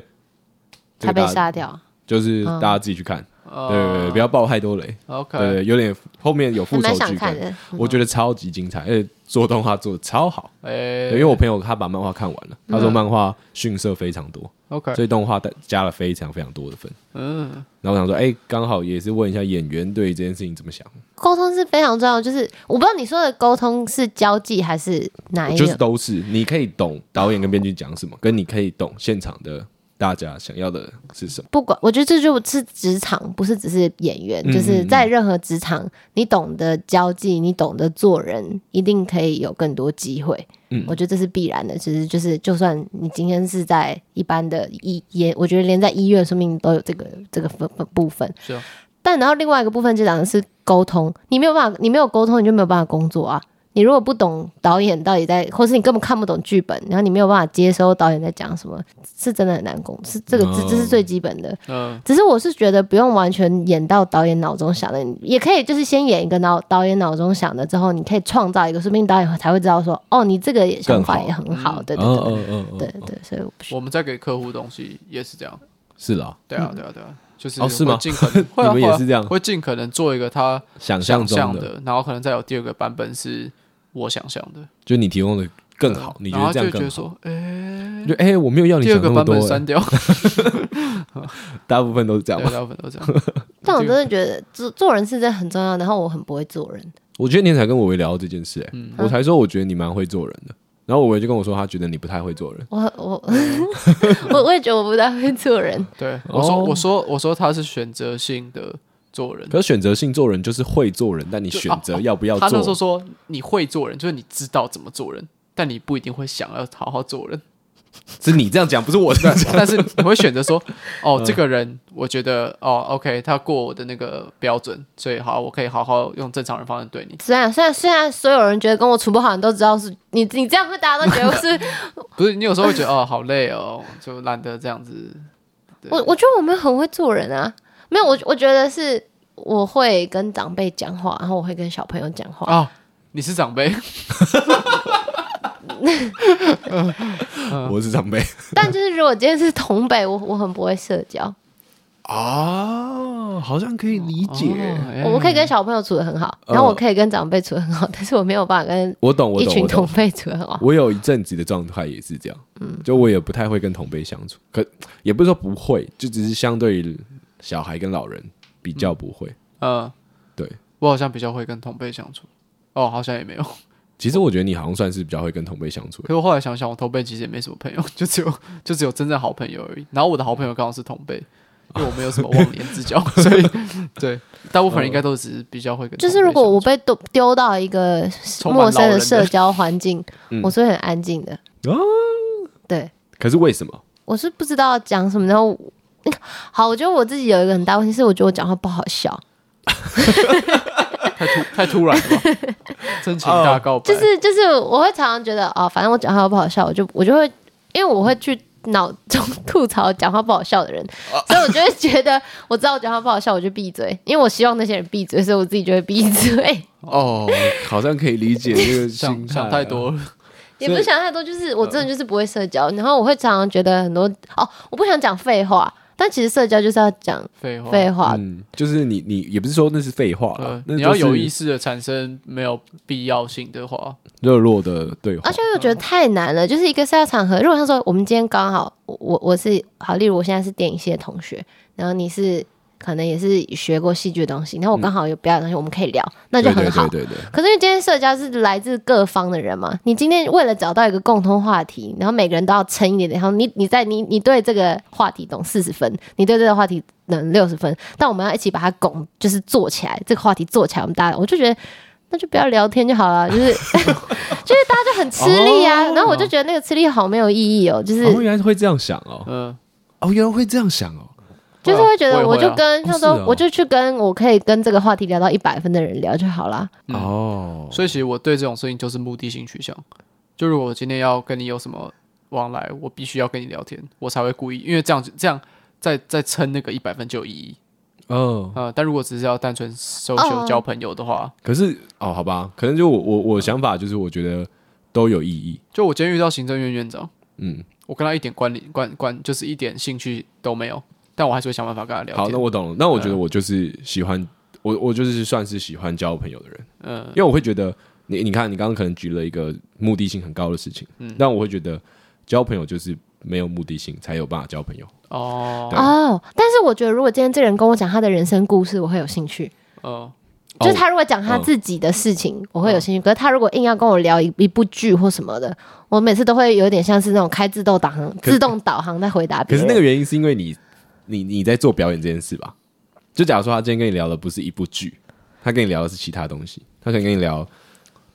这
他
个
被
大家
杀嗯掉，
就是大家自己去看，对对对，不要爆太多雷，对
哦，OK，
对，有点后面有
还
复仇
蛮
剧
想看
跟
的。嗯
我觉得超级精彩，而且做动画做的超好。
哎
对，因为我朋友他把漫画看完了，
嗯
他说漫画逊色非常多，
，OK，
所以动画带加了非常非常多的分。
嗯，
然后我想说，哎、刚好也是问一下演员对于这件事情怎么想，
沟通是非常重要，就是我不知道你说的沟通是交际还是哪一
就是
个？
都是你可以懂导演跟编剧讲什么，跟你可以懂现场的大家想要的是什么。
不管，我觉得这就是职场，不是只是演员，
嗯
就是在任何职场，你懂得交际，你懂得做人，一定可以有更多机会。
嗯
我觉得这是必然的。其实就是，就算你今天是在一般的医也，我觉得连在医院，说明都有这个这个分分部分。
是啊，
但然后另外一个部分就讲的是沟通，你没有办法，你没有沟通，你就没有办法工作啊。你如果不懂导演到底在，或是你根本看不懂剧本，然后你没有办法接收导演在讲什么，是真的很难工。是这个，这
哦
这是最基本的。
嗯
只是我是觉得不用完全演到导演脑中想的，也可以就是先演一个脑导演脑中想的，之后你可以创造一个，说不定导演才会知道说，哦，你这个也想法
更好
也很好，对对
哦
对
哦哦
对对，所以我不需
我们在给客户东西也是这样，
是啦，
对啊，对啊，对啊，就是
哦是吗
会尽可能会啊
你们也
会啊
是这样
会尽可能做一个他
想象
想
中
象
的，
的，然后可能再有第二个版本是我想象的啊
就你提供的更好，你觉
然
得
后
这
就
样
觉得
更好？
说，哎，
就哎、我没有要你
第二
想那
个
么
版
多
本、
欸
删掉，
大部分都是这样
对，
吧。
啊大部分都这样。
但我真
这个
的觉得做做人是真的很重要，然后我很不会做人。
我觉得你才跟我维聊到这件事、欸，
嗯
我才说我觉得你蛮会做人的，然后我维就跟我说他觉得你不太会做
嗯
人，
我我 我我也觉得我不太会做人，
对，我说、
哦
我说我说他是选择性的做人，
可是选择性做人就是会做人，但你
就啊
选择要不要
他那时候
做，
说你会做人，就是你知道怎么做人，但你不一定会想要好好做 人。
是你这样讲，不是我这样讲。
但是你会选 择说，哦，
嗯
这个人我觉得哦，OK，他过我的那个标准，所以好，我可以好好用正常人方式对你。
虽然虽然虽然所有人觉得跟我处不好，你都知道是你你这样会大家都觉得我是
不是你有时候会觉得哦，好累哦，就懒得这样子。对
我我觉得我们很会做人啊，没有我我觉得是我会跟长辈讲话，然后我会跟小朋友讲话。
啊，你是长辈，嗯
我是长辈
但就是如果今天是同辈，我我很不会社交，
啊，好像可以理
哦哎
我可以跟小朋友处的很好，
嗯
然后我可以跟长辈处的很好，但是我没有办法跟
我懂，我
一
懂，
群
我
同
懂。
辈处得很好。
我有一阵子的状态也是这样，嗯，就我也不太会跟同辈相处，可也不是说不会，就只是相对于小孩跟老人比较不会。
呃，
对，
我好像比较会跟同辈相处。哦，好像也没有。
其实我觉得你好像算是比较会跟同辈相处的，
可是我后来想想，我同辈其实也没什么朋友，就只有 就只有真正好朋友而已。然后我的好朋友刚好是同辈，因为我没有什么忘年之交， 所以对大部分人应该都只是比较会跟同辈
就
相处。
是如果我被丢丢到一个
充满
陌生
老人
的
的
社交环境
嗯，
我是会很安静的。
啊
对，
可是为什么？
我是不知道讲什么，然后 我。好，我觉得我自己有一个很大问题是，我觉得我讲话不好笑，
太突太突然了吧， 真情大告白，
哦就是就是我会常常觉得哦，反正我讲话不好笑，我就我就会，因为我会去脑 中吐槽讲话不好笑的人，所以我就会觉得我知道我讲话不好笑，我就闭嘴，因为我希望那些人闭嘴，所以我自己就会闭嘴，
哦，好像可以理解这个
想
心态啊
想太多了。
也不是想太多，就是我真的就是不会社交，然后我会常常觉得很多哦，我不想讲废话，但其实社交就是要讲
废话，
废话，
嗯，就是你你也不是说那是废话啦
呃，
那
你要有意
意
识的产生没有必要性的话，
热络的对话
而且我
嗯
觉得太难了，就是一个社交场合。如果他说我们今天刚好，我我我是好，例如我现在是电影系的同学，然后你是可能也是学过戏剧的东西，然后我刚好有表演的东西，我们可以聊，那就很好。
嗯对对对对对
可是因为今天社交是来自各方的人嘛，你今天为了找到一个共通话题，然后每个人都要撑一点点，然后你你在你你对这个话题懂四十分，你对这个话题能六十分，但我们要一起把它拱，就是做起来，这个话题做起来，我们大家我就觉得。那就不要聊天就好了，就是 就是大家就很吃力啊，
哦
然后我就觉得那个吃力好没有意义哦，就是、
哦，原来会这样想哦，
嗯，
哦，原来会这样想哦，
就是会觉得
我
我
也会啊
就跟
哦
像说
是哦
我就去跟我可以跟这个话题聊到一百分的人聊就好啦。
嗯
哦，
所以其实我对这种事情就是目的性取向。就如果我今天要跟你有什么往来，我必须要跟你聊天，我才会故意，因为这样这样再再撑那个一百分就有意义
嗯，
啊、呃但如果只是要单纯 social
哦
交朋友的话，
可是哦，好吧，可能就我我我想法就是我觉得都有意义，
就我今天遇到行政院院长，
嗯，
我跟他一点关联关关就是一点兴趣都没有，但我还是会想办法跟他聊
好，那
天。
我懂了，那我觉得我就是喜欢我我就是算是喜欢交朋友的人，
嗯、
因为我会觉得你你看你刚刚可能举了一个目的性很高的事情，嗯，但我会觉得交朋友就是没有目的性才有办法交朋友。
哦，
对
哦，但是我觉得如果今天这个人跟我讲他的人生故事，我会有兴趣。
嗯、
哦嗯
就是他如果讲他自己的事情，我会有兴趣。可是他如果硬要跟我聊一一部剧或什么的，我每次都会有点像是那种开自动导航、
可
自动导航在回答
哦可
别
是
人。
那个原因是因为你，你你在做表演这件事吧？就假如说他今天跟你聊的不是一部剧，他跟你聊的是其他东西，他可能跟你聊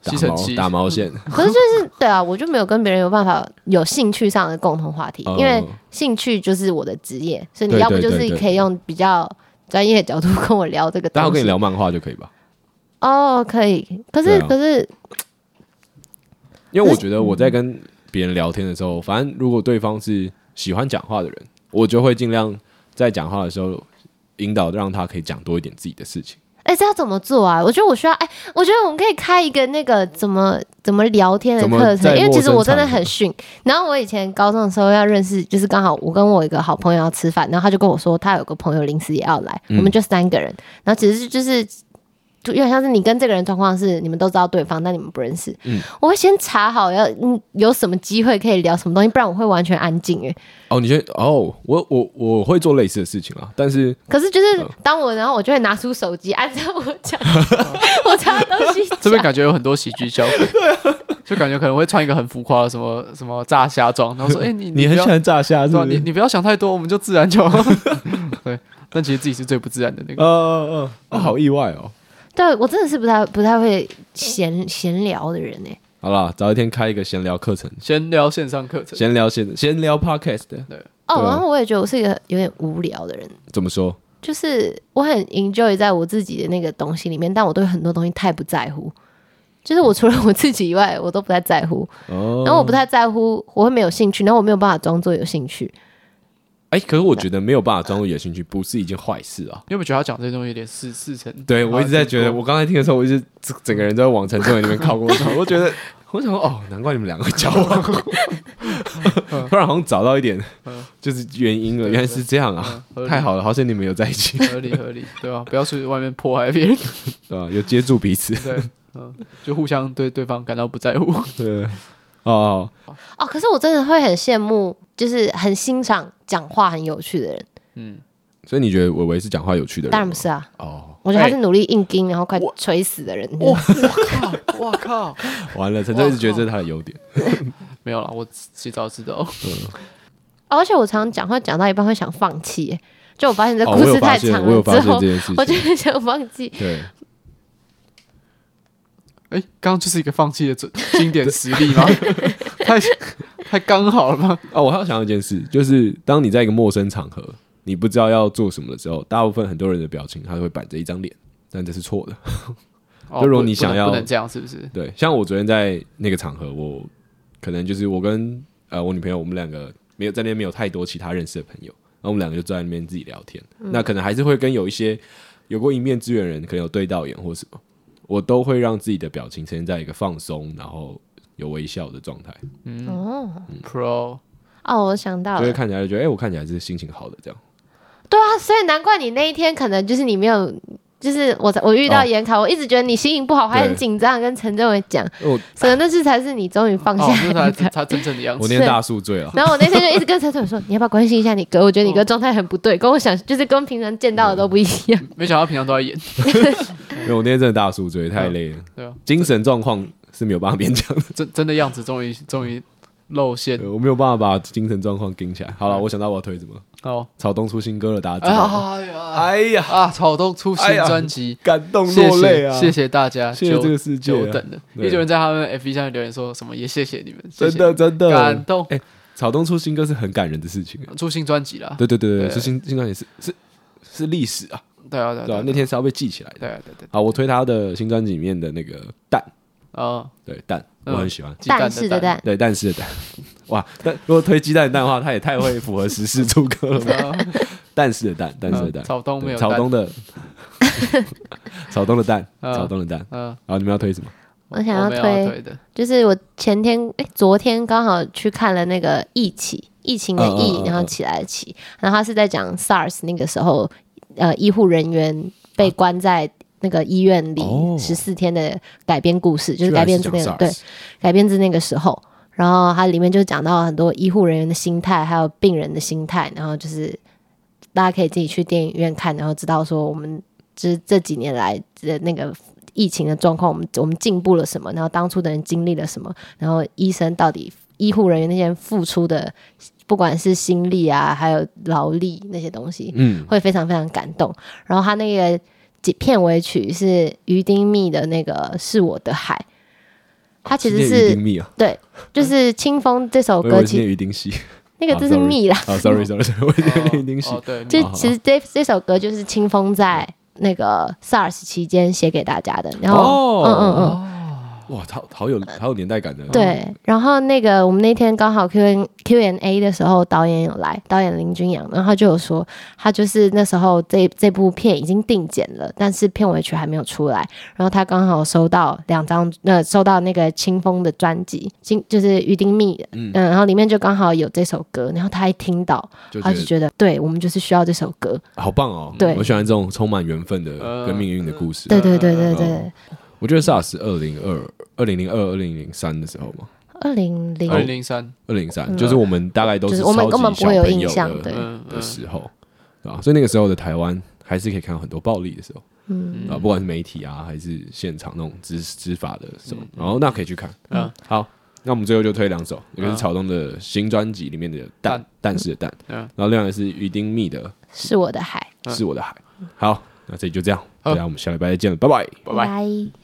打
吸尘
毛
器
打毛线，
可是就是对啊，我就没有跟别人有办法有兴趣上的共同话题，
哦
因为兴趣就是我的职业，所以你
对
要不
对
就
对
是
对
可以用比较专业的角度跟我聊这个东
但
西。
他跟你聊漫画就可以吧？
哦，可以。可是、
对啊
可是
因为我觉得我在跟别人聊天的时候，反正如果对方是喜欢讲话的人，我就会尽量在讲话的时候引导让他可以讲多一点自己的事情。
哎、哎、这要怎么做啊？我觉得我需要，哎、我觉得我们可以开一个那个怎么怎么聊天的
怎么
课程，
在
因为其
陌
实
生
我真的
场合
很逊。然后我以前高中的时候要认识，就是刚好我跟我一个好朋友要吃饭，然后他就跟我说他有个朋友临时也要来，
嗯
我们就三个人，然后只是就是。就有点像是你跟这个人状况是你们都知道对方，但你们不认识。
嗯
我会先查好要嗯有什么机会可以聊什么东西，不然我会完全安静哎、
哦，你觉得哦，我我我会做类似的事情啊，但是
可是就是当我，然后我就会拿出手机，按照我讲，我查的 东西讲。
这边感觉有很多喜剧效果，就感觉可能会穿一个很浮夸的什么什么炸虾装，然 后说：“哎、你
你很
不
喜
要
欢炸虾是
对吧？
吧？
你你不要想太多，我们就自然就 对。”但其实自己是最不自然的那
呃
个。
呃呃，好意外哦。
对我真的是不太不太会闲闲聊的人哎、
好啦，早一天开一个闲聊课程，
闲聊线上课 程，
闲聊闲闲聊 podcast 的
哦，
对啊
然后我也觉得我是一个有点无聊的人，
怎么说？
就是我很 enjoy 在我自己的那个东西里面，但我对很多东西太不在乎。就是我除了我自己以外，我都不太在乎。
哦，
然后我不太在乎，我会没有兴趣，然后我没有办法装作有兴趣。
哎，可是我觉得没有办法装入野兴趣不是一件坏事啊。
你有没有觉得他讲这些东西有点似似曾？
对，我一直在觉得，我刚才听的时候，我一直整整个人都在往陈仲远那边靠过去， 我觉得，我想说，哦，难怪你们两个会交往，突然好像找到一点
嗯，
就是原因了，原来是这样啊
嗯合，理
太好了，好险你们有在一 起，
合理合理，对吧？不要去外面迫害别人，
对吧？有接住彼此，
对，嗯，就互相对对方感到不在乎。
对，哦，
哦，可是我真的会很羡慕，就是很欣赏讲话很有趣的人。
嗯，
所以你觉得伟伟是讲话有趣的人吗？
当然不是啊，
哦，
我觉得他是努力硬盯，然后快垂死的人。
我靠，我靠，
完了，陈仲一直觉得这是他的优点，
哦没有了，我洗澡知道。
哦而且我常常讲话讲到一半会想放弃耶，就我发现这
哦，
故
我有
事
发
太
现，
长
我
了
有
之
发现
后
这，件事
我就
情，
很想放弃。
对，
哎，刚刚就是一个放弃的准经典实例吗？ 太太刚好了吗？
哦，我还要想到一件事，就是当你在一个陌生场合，你不知道要做什么的时候，大部分很多人的表情他会板着一张脸，但这是错的。
哦
就如果
不
你
不
想
能
要
不能这样，是不是？
对，像我昨天在那个场合，我可能就是我跟呃我女朋友，我们两个没有在那边没有太多其他认识的朋友，然后我们两个就坐在那边自己聊天。
嗯
那可能还是会跟有一些有过一面之缘的人，可能有对到眼或什么，我都会让自己的表情呈现在一个放松，然后有微笑的状态，
哦
Pro
哦，我想到
就会
了，
看起来就觉得哎、我看起来是心情好的这样。
对啊，所以难怪你那一天可能就是你没有。就是我才我遇到
哦
严考，我一直觉得你心情不好，还
对
很紧张，跟陈政伟讲，
因为我
所以那次才是你终于放下
哦，那
来
才
的。
他真正的样
我
子。
那天大宿醉了。
然后我那天就一直跟陈政伟说，你要不要关心一下你哥？我觉得你
哦
哥状态很不对，跟我想就是跟平常见到的都不一样。
嗯
没想到平常都在演，
因为我那天真的大宿醉，太累了，
对啊，
精神状况是没有办法勉强的，
真真的样子终于终于露馅
对我没有办法把精神状况盯起来。好了，我想到我要推什么，
哦！
草东出新歌了，大家知道吗。
哎呀
哎呀，
啊！草东出新
哎呀
专辑，
感动
谢
落泪
谢
啊！
谢谢大家，
谢谢
久
这个世界啊
久等了。
对
一九人在他们 FB 下面留言说什么，也谢谢你们，谢
真
谢
的真
感
的，
动。
哎草东出新歌是很感人的事情。啊
出新专辑啦，
对对对对，
对
出新新专辑是是是历史啊，
对啊对啊
对
对
吧
啊？
那天是要被记起来的。
对啊对啊对啊
好，我推他的新专辑里面的那个蛋，
啊，
对蛋，我
嗯
很喜欢。
鸡蛋
但是的
蛋
蛋，
对，但是的蛋， 哇，但如果推鸡蛋的蛋的话，他也太会符合时事出歌了 吧。
啊
但是的蛋，但是的蛋，
嗯哦草东没有
草
蛋
东 的草东的蛋，
嗯
草东的蛋。
嗯，
然后你们要推什么？
我
哦
想要
啊
没有
推
推 的，
就是我前天哎，昨天刚好去看了那个疫起疫情的疫，
嗯嗯嗯嗯
然后起来的起，然后他是在讲 SARS 那个时候，呃，医护人员被关在那个医院里
啊哦
十四天的改编故事，就是改编自那
居
个
然是讲
对
SARS
改编自那个时候。然后它里面就讲到很多医护人员的心态，还有病人的心态，然后就是大家可以自己去电影院看，然后知道说我们就是这几年来的那个疫情的状况，我们我们进步了什么，然后当初的人经历了什么，然后医生到底医护人员那些人付出的，不管是心力啊，还有劳力那些东西，
嗯，
会非常非常感动。然后他那个几片尾曲是于丁密的那个《是我的海》，他其实
今天于
是
丁密啊，
对，就是《清风》这首
我以为
哦歌，
是
其
念
实
于丁 溪。
那个
啊
字是
，sorry
密啦，
啊 ，sorry sorry sorry，我以为念于丁溪
哦。对，
就
好好
其实这这首歌就是清风在那个 SARS 期间写给大家的，然后、
哦
嗯嗯嗯，
哇，好好
呃
有好有年代感的。
对，然后那个我们那天刚好 Q N Q N A 的时候，导演有来，导演林君阳，然后他就有说，他就是那时候这这部片已经定剪了，但是片尾曲还没有出来，然后他刚好收到两张，呃，收到那个清风的专辑，清就是于丁密的，嗯、然后里面就刚好有这首歌，然后他一听到，
就觉
他就
得
觉得，对我们就是需要这首歌，
好棒哦。
对
我喜欢这种充满缘分的
呃
跟命运的故事。
对对对对对，
我觉得 SARS 二零二、二零零二、二零零三的时候嘛，
二零零
二零零三，
二零零三就是我们大概都
嗯就是
超
我们
级
根本不
小
会有
朋
印
友
象
的
对
嗯
的时候，对啊吧？所以那个时候的台湾还是可以看到很多暴力的时候，嗯，啊，不管是媒体啊，还是现场那种执执法的什么，然后那可以去看。
嗯，
好，那我们最后就推两首，一个是
嗯
草东的新专辑里面的《蛋
蛋
蛋是的蛋》，
嗯
然后另外一个是于丁密的
是我的海，
《是我的海》。好，那这里就这样，
好
大家我们下礼拜再见了，拜拜。
拜拜。
拜